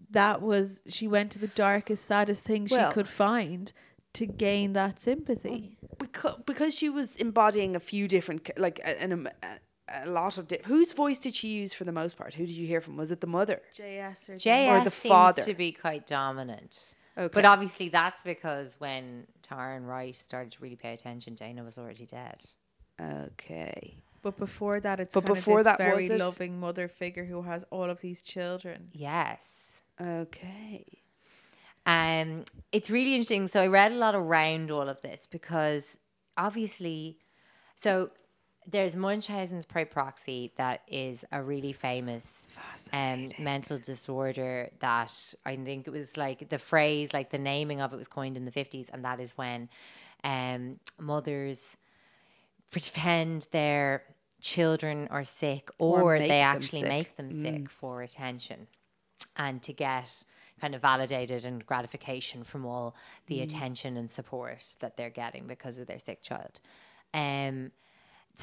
D: that was she went to the darkest, saddest thing
C: Well-
D: she could find to gain that sympathy.
C: because because she was embodying a few different ca- like a- an, um, a, a lot of di- whose voice did she use for the most part who did you hear from was it the mother
D: JS or
E: JS
C: the
E: seems
C: father.
E: to be quite dominant.
C: Okay.
E: But obviously, that's because when Tara and Wright started to really pay attention, Dana was already dead.
C: okay
D: But before that it's
C: But
D: kind of
C: before
D: this
C: that, was
D: very
C: it-
D: loving mother figure who has all of these children.
E: Yes.
C: okay
E: Um, it's really interesting. So I read a lot around all of this because obviously, so there's Munchausen's by proxy that is a really famous um, mental disorder that I think it was like the phrase, like the naming of it was coined in the 50s, and that is when um, mothers pretend their children are sick
C: Or
E: or,
C: make
E: they
C: them
E: actually
C: sick. Mm.
E: make them sick for attention and to get kind of validated and gratification from all
C: Mm.
E: the attention and support that they're getting because of their sick child. Um,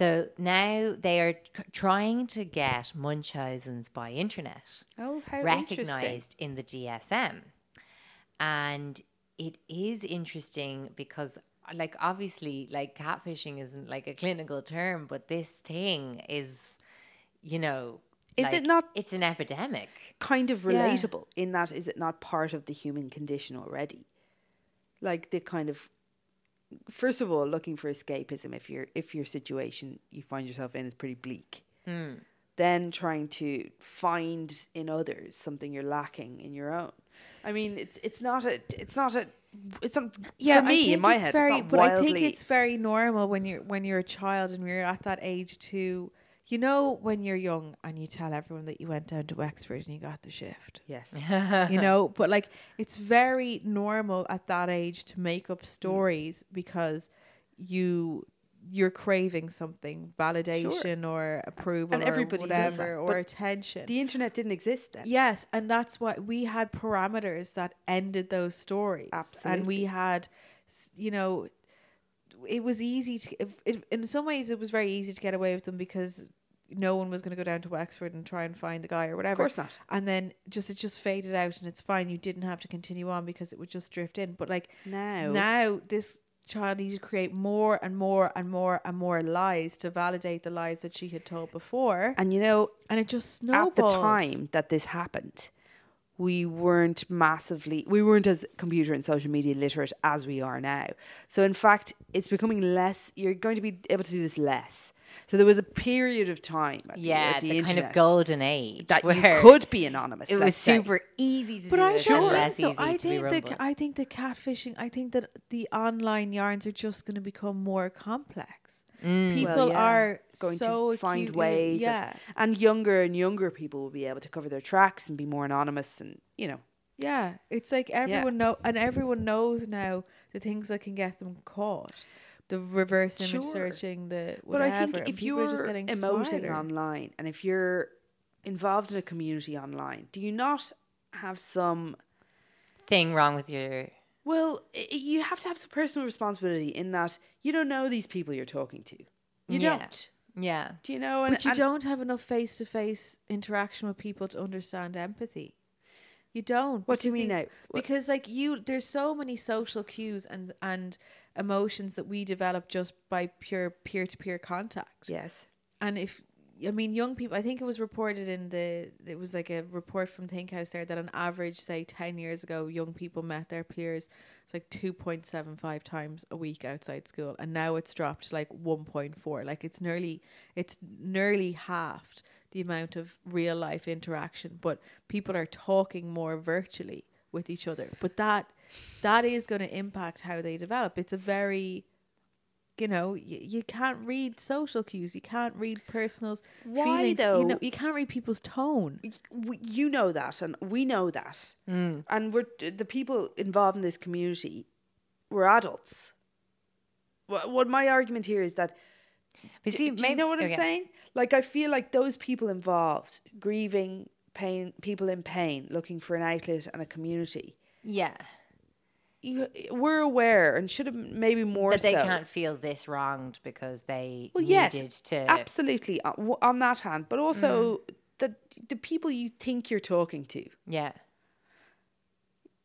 E: So now they are c- trying to get Munchausen's by internet
C: Oh, how interesting.
E: recognized in the DSM. And it is interesting because like obviously like catfishing isn't like a clinical term, but this thing is you know
C: Is it
E: like,
C: not-
E: it's an epidemic.
C: Kind of
D: Yeah.
C: relatable in that is it not part of the human condition already? Like the kind of first of all, looking for escapism if your if your situation you find yourself in is pretty bleak.
D: Hmm.
C: Then trying to find in others something you're lacking in your own. I mean, it's it's not a it's not a it's not for
D: I
C: me in
D: think
C: my
D: it's
C: head.
D: very,
C: it's not
D: but
C: wildly,
D: I think it's very normal when you're when you're a child and you're at that age to, you know, when you're young and you tell everyone that you went down to Wexford and you got the shift. *laughs*
C: yes. *laughs*
D: you know but like it's very normal at that age to make up stories
C: Mm.
D: because you you're craving something validation or approval
C: And
D: or
C: everybody does that,
D: whatever or
C: but
D: attention
C: The internet didn't exist then.
D: Yes, and that's why we had parameters that ended those stories. And
C: Absolutely.
D: we had, s- you know, it was easy to, if- it, in some ways, it was very easy to get away with them because no one was going to go down to Wexford and try and find the guy or whatever. Of
C: course not.
D: And then just, it just faded out and it's fine. You didn't have to continue on because it would just drift in. But like
C: Now-
D: now this child needs to create more and more and more and more lies to validate the lies that she had told before. And,
C: And you know,
D: it just snowballed.
C: at the time that this happened, we weren't massively, we weren't as computer and social media literate as we are now. So, in fact, it's becoming less, you're going to be able to do this less. So, there was a period of time at the,
E: Yeah,
C: at the
E: the, kind of
C: internet
E: golden age
C: that
E: where
C: you could be anonymous.
E: *laughs* It was
C: let's say.
E: super easy to
D: But
E: do
D: I
E: this
D: don't
E: and
D: think
E: less
D: so.
E: easy
D: I
E: to be
D: think
E: rumbled.
D: the I think the catfishing. I think that the online yarns are just going to become more complex.
E: Mm.
D: People
C: Well, yeah,
D: are
C: going
D: so
C: to find
D: acutely-
C: ways, of-
D: Yeah,
C: and younger and younger people will be able to cover their tracks and be more anonymous, and you know,
D: yeah. It's like everyone know, and everyone knows now the things that can get them caught. The reverse image
C: Sure.
D: searching, the
C: But
D: whatever.
C: I think
D: and
C: if
D: people are
C: you're
D: just getting
C: emoting
D: smarter.
C: online and if you're involved in a community online, do you not have some?
E: thing wrong with your
C: Well, i- i- you have to have some personal responsibility in that you don't know these people you're talking to. You
E: Yeah.
C: don't.
E: yeah.
C: Do you know?
D: but you don't have enough face to face interaction with people to understand empathy. You don't.
C: What do you
D: because
C: mean
D: these-
C: now? What-
D: Because like you, there's so many social cues and and emotions that we develop just by pure peer to peer contact.
C: Yes.
D: And if I mean young people, I think it was reported in the it was like a report from Think House there that on average, say ten years ago, young people met their peers it's like two point seven five times a week outside school, and now it's dropped to like one point four. Like it's nearly it's nearly halved the amount of real life interaction, but people are talking more virtually with each other. But that that is going to impact how they develop. It's a very you know, you, you can't read social cues. You can't read personals
C: Why,
D: feelings. You, know,
C: though?
D: you can't read people's tone.
C: we, you know that, and we know that,
D: Mm.
C: and we're the people involved in this community. We're adults. What, what my argument here is that
E: But see,
C: do, do
E: maybe-
C: you know what I'm
E: okay.
C: saying? Like, I feel like those people involved, grieving, pain, people in pain, looking for an outlet and a community.
E: Yeah.
C: You, we're aware and should have maybe more.
E: That they
C: so.
E: can't feel this wronged because they
C: Well,
E: needed
C: yes,
E: to Mm.
C: absolutely. On, w- on that hand, but also that the people you think you're talking to,
E: Yeah.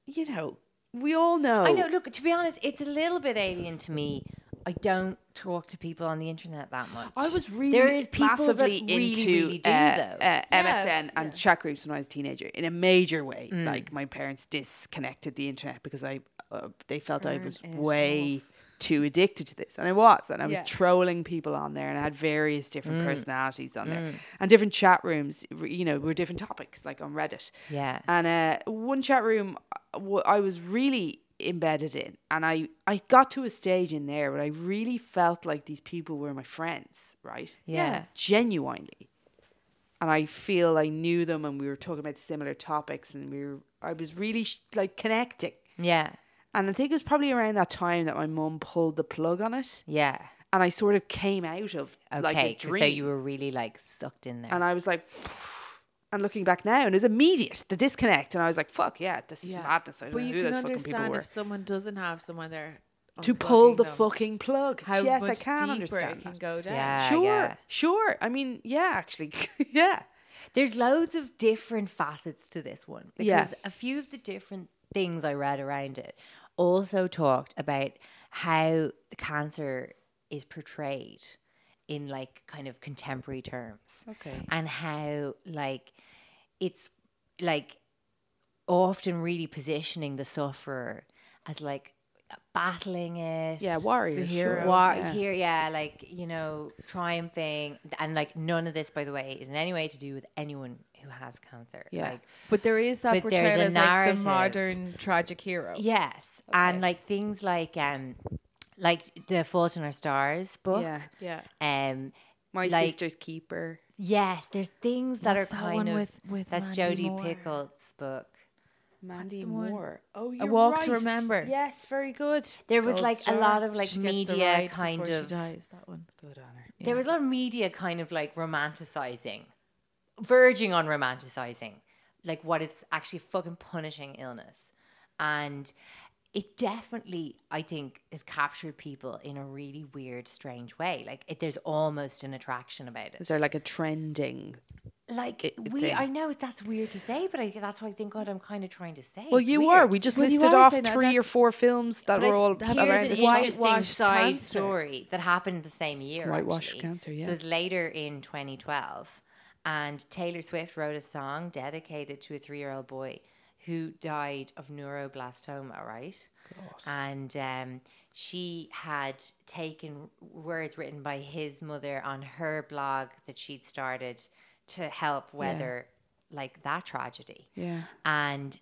C: you know, we all know.
E: I know. Look, to be honest, it's a little bit alien to me. I don't talk to people on the internet that much.
C: I was really
E: there is people
C: massively
E: that really,
C: into
E: really do
C: uh,
E: though.
C: uh, MSN and chat groups when I was a teenager in a major way.
E: Mm.
C: Like my parents disconnected the internet because I uh, they felt I was way too addicted to this, and I was, and I was
D: Yeah.
C: trolling people on there, and I had various different
E: Mm.
C: personalities on there, and different chat rooms. r- You know, were different topics like on Reddit.
E: Yeah.
C: and uh, one chat room uh, w- I was really embedded in and I, I got to a stage in there where I really felt like these people were my friends, right?
E: Yeah.
C: Genuinely. And I feel I knew them and we were talking about similar topics and we were, I was really sh- like connecting.
E: yeah,
C: And I think it was probably around that time that my mum pulled the plug on it
E: yeah.
C: and I sort of came out of
E: Okay,
C: like a
E: 'cause
C: dream.
E: so you were really like sucked in there.
C: And I was like, *sighs* and looking back now, and it was immediate, the disconnect. And I was like, fuck, yeah, this is madness. I don't
D: But
C: know
D: you
C: who
D: can
C: those fucking people
D: understand
C: were.
D: if someone doesn't have someone they're
C: to pull
D: unplugging
C: the
D: them.
C: fucking plug.
D: How
C: yes, I
D: much
C: can
D: deeper
C: understand.
D: it
C: that.
D: can go down.
E: Yeah,
C: sure,
E: yeah.
C: sure. I mean, yeah, actually, *laughs* yeah.
E: There's loads of different facets to this one because
C: Yeah.
E: a few of the different things I read around it also talked about how cancer is portrayed in like kind of contemporary terms.
C: Okay.
E: And how like it's like often really positioning the sufferer as like battling it.
C: Yeah, warrior,
E: Wa-
C: hero, yeah.
E: here, yeah, like you know, triumphing, and like none of this, by the way, is in any way to do with anyone who has cancer.
C: Yeah.
E: Like,
D: But there is
E: But
D: that
E: there's
D: portrayal
E: a
D: as like the
E: narrative.
D: modern tragic hero.
E: yes, and like things like um, like the Fault in Our Stars book.
C: Yeah.
D: Yeah.
E: Um.
C: My
E: like-
C: sister's keeper.
E: Yes, there's things that
D: What's
E: are
D: that
E: kind
D: one
E: of
D: with- with
E: that's
D: Mandy
E: Jodie
D: Moore?
E: Picoult's book.
C: Mandy
D: the one.
C: Moore. Oh, you're
D: A Walk to
C: right.
D: Remember.
C: Yes, very good.
E: There was like a
C: Star.
E: lot of like
D: She gets the
E: media
D: ride
E: kind
D: before
E: of.
D: She dies, that one.
C: Good on her.
E: There was a lot of media kind of like romanticizing, verging on romanticizing, like what is actually fucking punishing illness. And it definitely, I think, has captured people in a really weird, strange way. Like it, there's almost an attraction about it.
C: Is there like a trending?
E: like
C: it-
E: we,
C: thing?
E: I know that's weird to say, but I, that's what I think what I'm kind of trying to say.
C: Well,
E: It's
C: you
E: weird.
C: are. We just
D: Well, you
C: listed
D: are
C: off
D: saying that,
C: three or
D: that's-
C: four films that
E: But
C: were
E: I-
C: all
D: Here's
E: Here's
C: around
E: an
C: the
D: it's
C: time.
E: interesting
D: Whitewashed
E: side
D: cancer.
E: story that happened the same year.
C: Whitewashed
E: actually.
C: cancer, yeah.
E: So it was later in 2012, and Taylor Swift wrote a song dedicated to a three-year-old boy who died of neuroblastoma. Right, and um, she had taken words written by his mother on her blog that she'd started to help weather like that tragedy.
C: Yeah.
E: And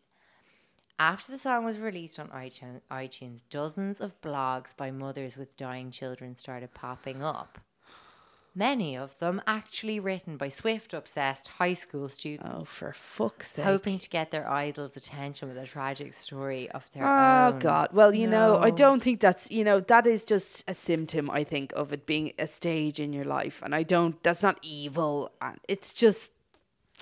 E: after the song was released on iTunes, iTunes, dozens of blogs by mothers with dying children started popping up. Many of them actually written by Swift obsessed high school
C: Oh,
E: students,
C: for fuck's sake.
E: hoping to get their idol's attention with a tragic story of their
C: Oh
E: own.
C: God! Well, you know, I don't think that's you know that is just a symptom. I think of it being a stage in your life, and I don't. That's not evil. And it's just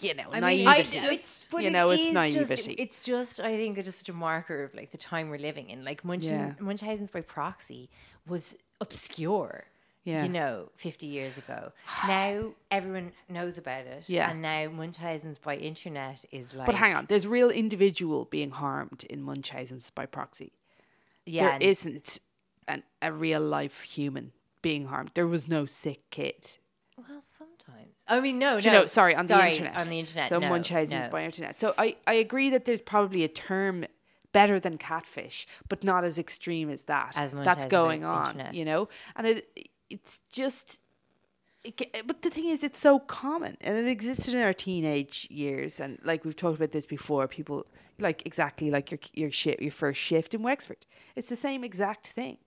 C: you know
D: I mean,
C: naivety.
D: I
E: I
D: just-
E: just, but
C: you know,
E: it
C: it's
E: is just-
C: naivety.
E: it's just, I think, it's just a marker of like the time we're living in. Like Munchen,
C: Yeah.
E: Munchausen's by proxy was obscure,
C: Yeah.
E: you know, 50
C: *sighs*
E: years ago. Now everyone knows about it.
C: Yeah.
E: And now Munchausen's by internet is like.
C: but hang on, there's real individual being harmed in Munchausen's by proxy.
E: Yeah. and-
C: there isn't an, a real life human being harmed. There was no sick kid.
E: Well, sometimes. I mean, no,
C: Do
E: Oh, no.
C: you know, sorry, on the internet.
E: On the internet.
C: So
E: no,
C: Munchausen's
E: no.
C: by internet. So I, I agree that there's probably a term better than catfish, but not as extreme as that.
E: As
C: That's
E: Munchausen by
C: going on,
E: internet.
C: you know? And it it's just it, ge- but the thing is it's so common and it existed in our teenage years and like we've talked about this before people like exactly like your your shift your first shift in Wexford it's the same exact thing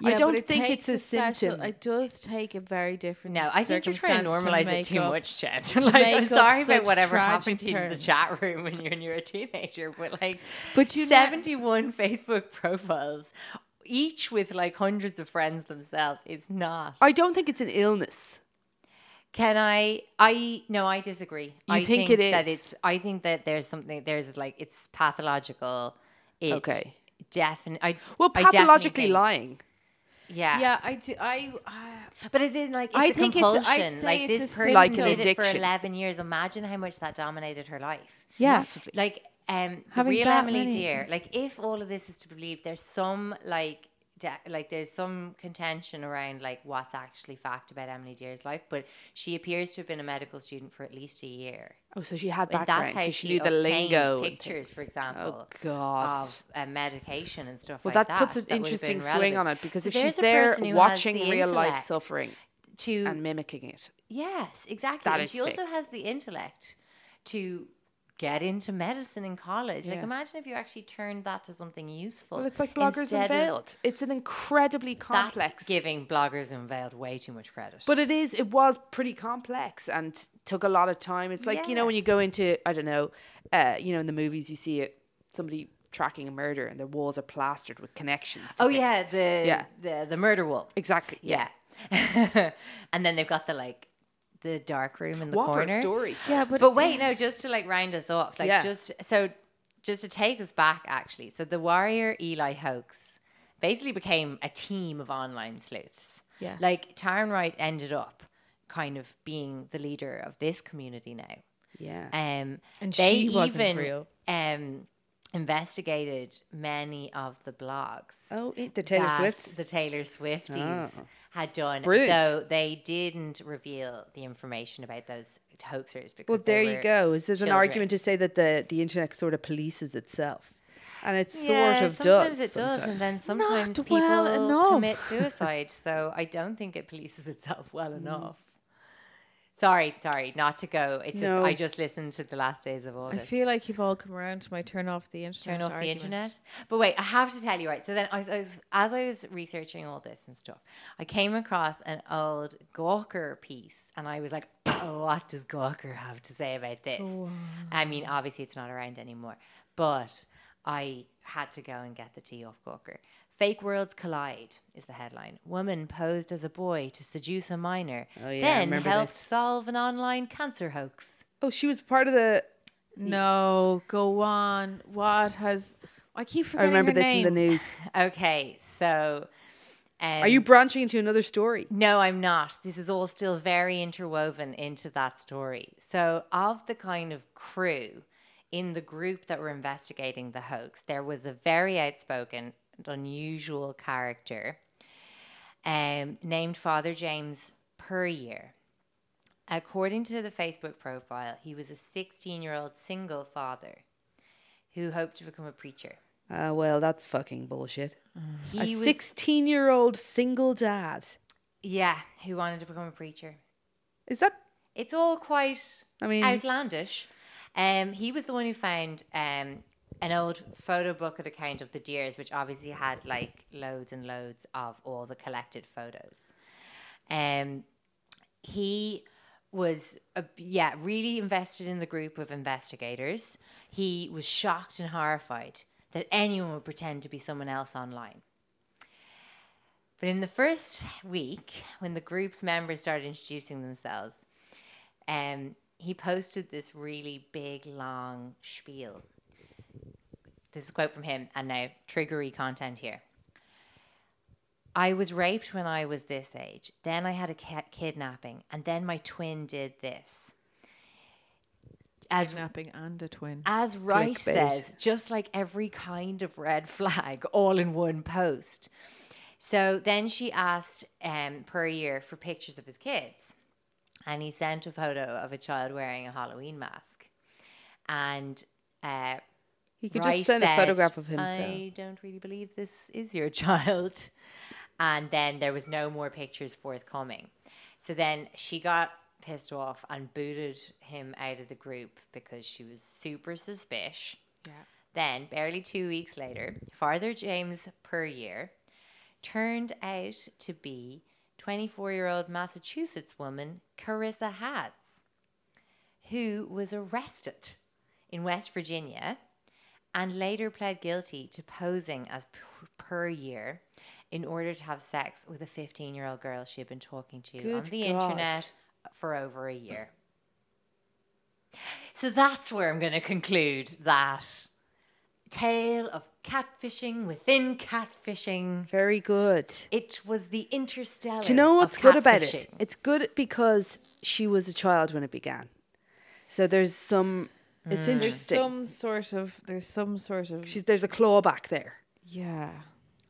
D: Yeah,
C: I
D: but
C: don't
D: it
C: think it's
D: takes
C: a
D: special-
C: symptom
D: It does take a very different.
E: No, I think you're trying to
D: circumstance
E: normalize it too
D: make up-
E: much, Jen.
D: to
E: *laughs* Like,
D: make
E: I'm
D: up
E: sorry about
D: such
E: whatever
D: tragic
E: happened to you in the
D: terms.
E: chat room when you're, when you're a teenager, but like,
D: But you know-
E: 71 Facebook profiles, each with like hundreds of friends themselves, is not.
C: I don't think it's an illness
E: Can I? I no, I disagree. I
C: think it
E: that
C: is?
E: it's. I think that there's something. There's like it's pathological. It
C: Okay.
E: Definitely.
C: well pathologically lying
E: Yeah.
D: Yeah, I do. I, I
E: But as in, like, it's
D: I
E: a
D: think it's- I'd
E: compulsion.
D: say
E: like,
D: it's
E: this
D: a
E: person
C: Like an
E: did it for
C: addiction.
E: 11 years. Imagine how much that dominated her life.
D: Yeah.
E: Like, um, the
D: Having
E: real
D: that
E: Emily
D: many-
E: Dear, like, if all of this is to believe, there's some, like, de- like there's some contention around like what's actually fact about Emily Dear's life, but she appears to have been a medical student for at least a year.
C: oh so she had
E: And
C: background
E: that's how
C: so she knew the
E: obtained
C: lingo and
E: pictures,
C: things.
E: for example,
C: oh god
E: of uh, medication and stuff
C: well
E: like
C: that,
E: that.
C: puts an
E: that would have been
C: interesting swing on
E: relevant.
C: it because
E: So
C: if she's
E: there's a
C: there
E: person who has
C: watching
E: the
C: real life
E: intellect
C: suffering
E: to
C: and mimicking it
E: Yes, exactly.
C: That
E: and
C: is
E: she
C: sick.
E: also has the intellect to get into medicine in college. Like,
C: Yeah.
E: imagine if you actually turned that to something useful.
C: well it's like bloggers
E: instead of-
C: unveiled it's an incredibly
E: That's
C: complex
E: giving bloggers unveiled way too much credit.
C: But it is. It was pretty complex and took a lot of time. It's like you know
E: Yeah.
C: when you go into I don't know, uh, you know in the movies you see it, somebody tracking a murder and their walls are plastered with connections. to
E: oh
C: things.
E: yeah, the
C: yeah,
E: the the murder wall.
C: exactly.
E: Yeah. *laughs* and then they've got the like the dark room in the
C: Whopper
E: corner.
C: stories.
D: yeah, but,
E: But, wait, no, just to like round us off, like
C: Yeah.
E: just so just to take us back actually. So the warrior Eli hoax basically became a team of online sleuths.
D: Yes.
E: Like Taryn Wright ended up kind of being the leader of this community now.
C: Yeah.
E: Um,
D: And
E: they
D: she wasn't
E: even
D: real.
E: Um, investigated many of the blogs.
C: Oh, it- the Taylor
E: that
C: Swift.
E: The Taylor Swifties had done.
C: Brilliant.
E: So they didn't reveal the information about those hoaxers because.
C: well,
E: they
C: there you
E: were
C: go. Is there's an
E: children.
C: argument to say that the the internet sort of polices itself, and it
E: Yeah,
C: sort of
E: sometimes
C: does.
E: it does, and then
D: Not
E: sometimes people
D: well enough. *laughs*
E: commit suicide. so I don't think it polices itself well
D: Mm.
E: enough. Sorry, sorry, not to go. It's
C: No.
E: just I just listened to the last days of
D: I
E: August.
D: feel like you've all come around to my turn off the internet.
E: Turn off the
D: argument.
E: internet. But wait, I have to tell you, right? So then, I was, I was, as I was researching all this and stuff, I came across an old Gawker piece, and I was like, *laughs* oh, "What does Gawker have to say about this?" I mean, obviously, it's not around anymore, but I had to go and get the tea off Gawker. Fake worlds collide is the headline. Woman posed as a boy to seduce a minor,
C: Oh, yeah, I
E: then
C: remember
E: helped
C: this.
E: solve an online cancer hoax. *laughs*
C: Oh, she was part of the.
D: No, go on. What has I keep
C: I
D: forgetting?
C: remember
D: her
C: this
D: name.
C: in the news.
E: Okay, so. Um,
C: Are you branching into another story?
E: No, I'm not. This is all still very interwoven into that story. So, of the kind of crew in the group that were investigating the hoax, there was a very outspoken and unusual character um, named Father James Puryear. According to the Facebook profile, he was a 16 year old single father who hoped to become a preacher.
C: Uh, well, that's fucking bullshit.
E: He
C: a
E: was-
C: 16 year old single dad.
E: Yeah, who wanted to become a preacher.
C: Is that.
E: It's all quite
C: I mean-
E: outlandish. Um, he was the one who found um, an old photo book at account of the deers, which obviously had like loads and loads of all the collected photos. Um, he was uh, yeah really invested in the group of investigators. He was shocked and horrified that anyone would pretend to be someone else online. But in the first week, when the group's members started introducing themselves, um, he posted this really big, long spiel. This is a quote from him, and now triggery content here. I was raped when I was this age. Then I had a ki- kidnapping, and then my twin did this. As
D: Kidnapping and a twin.
E: as Wright
C: Clickbait.
E: says, just like every kind of red *laughs* flag, all in one post. So then she asked um, per year for pictures of his kids, and he sent a photo of a child wearing a Halloween mask. And uh,
C: He could
E: Wright
C: just send
E: said,
C: a photograph of himself.
E: I don't really believe this is your *laughs* child. And then there was no more pictures forthcoming. So then she got pissed off and booted him out of the group because she was super suspicious. Then, barely two weeks later, Father James Puryear turned out to be 24 year old Massachusetts woman Carissa Hads, who was arrested in West Virginia and later pled guilty to posing as p- per year in order to have sex with a 15 year old girl she had been talking to on
C: Good
E: the
C: God.
E: internet for over a year. So that's where I'm going to conclude that tale of catfishing within catfishing.
C: Very good.
E: It was the interstellar.
C: Do you know
E: of
C: what's good about it?
E: catfishing.
C: It's good because she was a child when it began. So there's some. It's interesting.
D: some sort of there's some sort of
C: She's, there's a claw back there
D: yeah.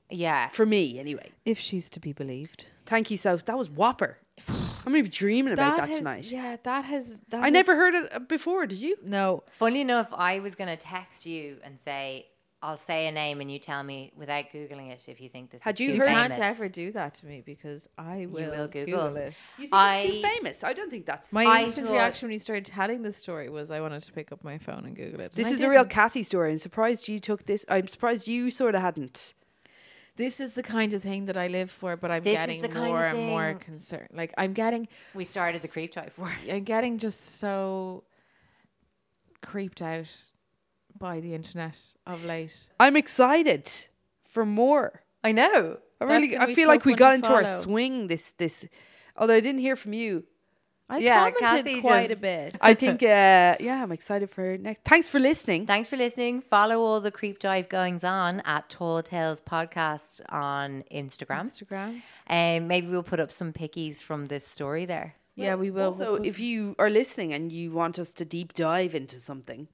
E: Yeah.
C: for me, anyway.
D: If she's to be believed,
C: Thank you, Soph. That was whopper. I'm gonna be dreaming about that,
D: has,
C: tonight.
D: Yeah, that has. That
C: I never heard it uh, before. Did you?
D: No,
E: Funny enough, I was going to text you and say, I'll say a name and you tell me without Googling it if you think this
C: Had
E: is
C: you
E: too
D: you
C: heard-
D: can't
E: famous.
D: ever do that to me because I will,
E: will Google.
D: Google. it.
C: You think
E: I-
C: it's too famous? I don't think that's.
D: My
E: I
D: instant
E: thought-
D: reaction when you started telling this story was I wanted to pick up my phone and Google it.
C: this
D: and I
C: is a real
D: didn't.
C: Cassie story. I'm surprised you took this. I'm surprised you sort of hadn't.
D: This is the kind of thing that I live for, but I'm
E: This is
D: getting
E: the kind of
D: more and more
E: thing-
D: concerned. Like I'm getting,
E: We started the creep type for it.
D: I'm getting just so creeped out by the internet of late.
C: I'm excited for more.
E: I know.
C: I
D: That's
C: really,
D: gonna
C: I
D: be
C: feel like
D: tough
C: we
D: one
C: got
D: to
C: into our
D: follow.
C: swing. This, this. Although I didn't hear from you,
D: I
E: Yeah,
D: commented
E: Cassie
D: quite
E: just-
D: a bit.
C: I think, uh, yeah, I'm excited for next. Thanks for listening.
E: Thanks for listening. Follow all the creep dive goings on at Tall Tales Podcast on Instagram.
D: Instagram.
E: And maybe we'll put up some pickies from this story there.
D: Yeah, we will.
C: Also, if you are listening and you want us to deep dive into something,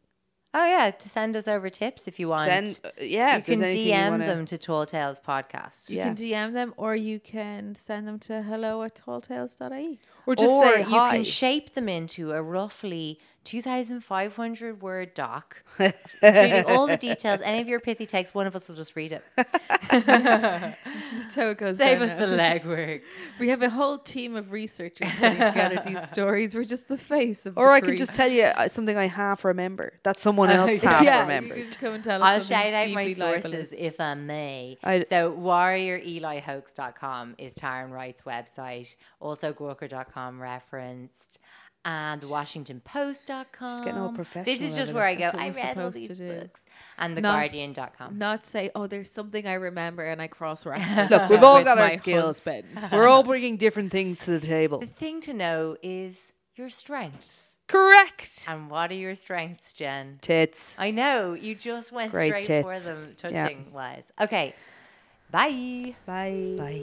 E: Oh yeah, to send us over tips if you want.
C: Send- uh, yeah,
E: you
C: if there's
E: can
C: anything
E: DM
C: you wanna-
E: them to Tall Tales Podcast.
D: you can DM them or you can send them to hello at talltales.ie.
C: or just say
E: you
C: hi.
E: can shape them into a roughly 2,500 word doc, including all the details. Any of your pithy text, one of us will just read it.
D: That's how it goes.
E: Save
D: down
E: us the
D: now.
E: legwork.
D: We have a whole team of researchers *laughs* putting together these stories. We're just the face of.
C: or
D: the
C: I can
D: creep.
C: just tell you uh, something I half remember that *laughs* someone else
E: yeah.
C: half
D: yeah,
C: remembered.
D: You can just come and tell us
E: *laughs* I'll
D: something
E: shout out my
D: deeply
E: sources
D: libelous.
E: if I may.
C: I-
E: so warriorelihoax.com is Taryn Wright's website, also Gawker.com referenced, and the WashingtonPost.com.
C: getting all
E: This
C: professional
E: is just
C: over
E: where I go,
D: That's what
E: I
D: we're
E: read all
D: supposed
E: these
D: to do.
E: books. And
D: Not-
E: theguardian.com.
D: Not say, oh, there's something I remember and I
C: *laughs*
D: cross reference.
C: Look, we've all got our
D: my
C: skills.
D: husband.
C: We're all bringing different things to the
E: *laughs*
C: table.
E: The thing to know is your strengths.
C: Correct.
E: And what are your strengths, Jen?
C: Tits.
E: I know, you just went
C: Great
E: straight for
C: tits.
E: them, touching
C: Yeah.
E: wise. Okay, bye.
D: Bye.
C: Bye.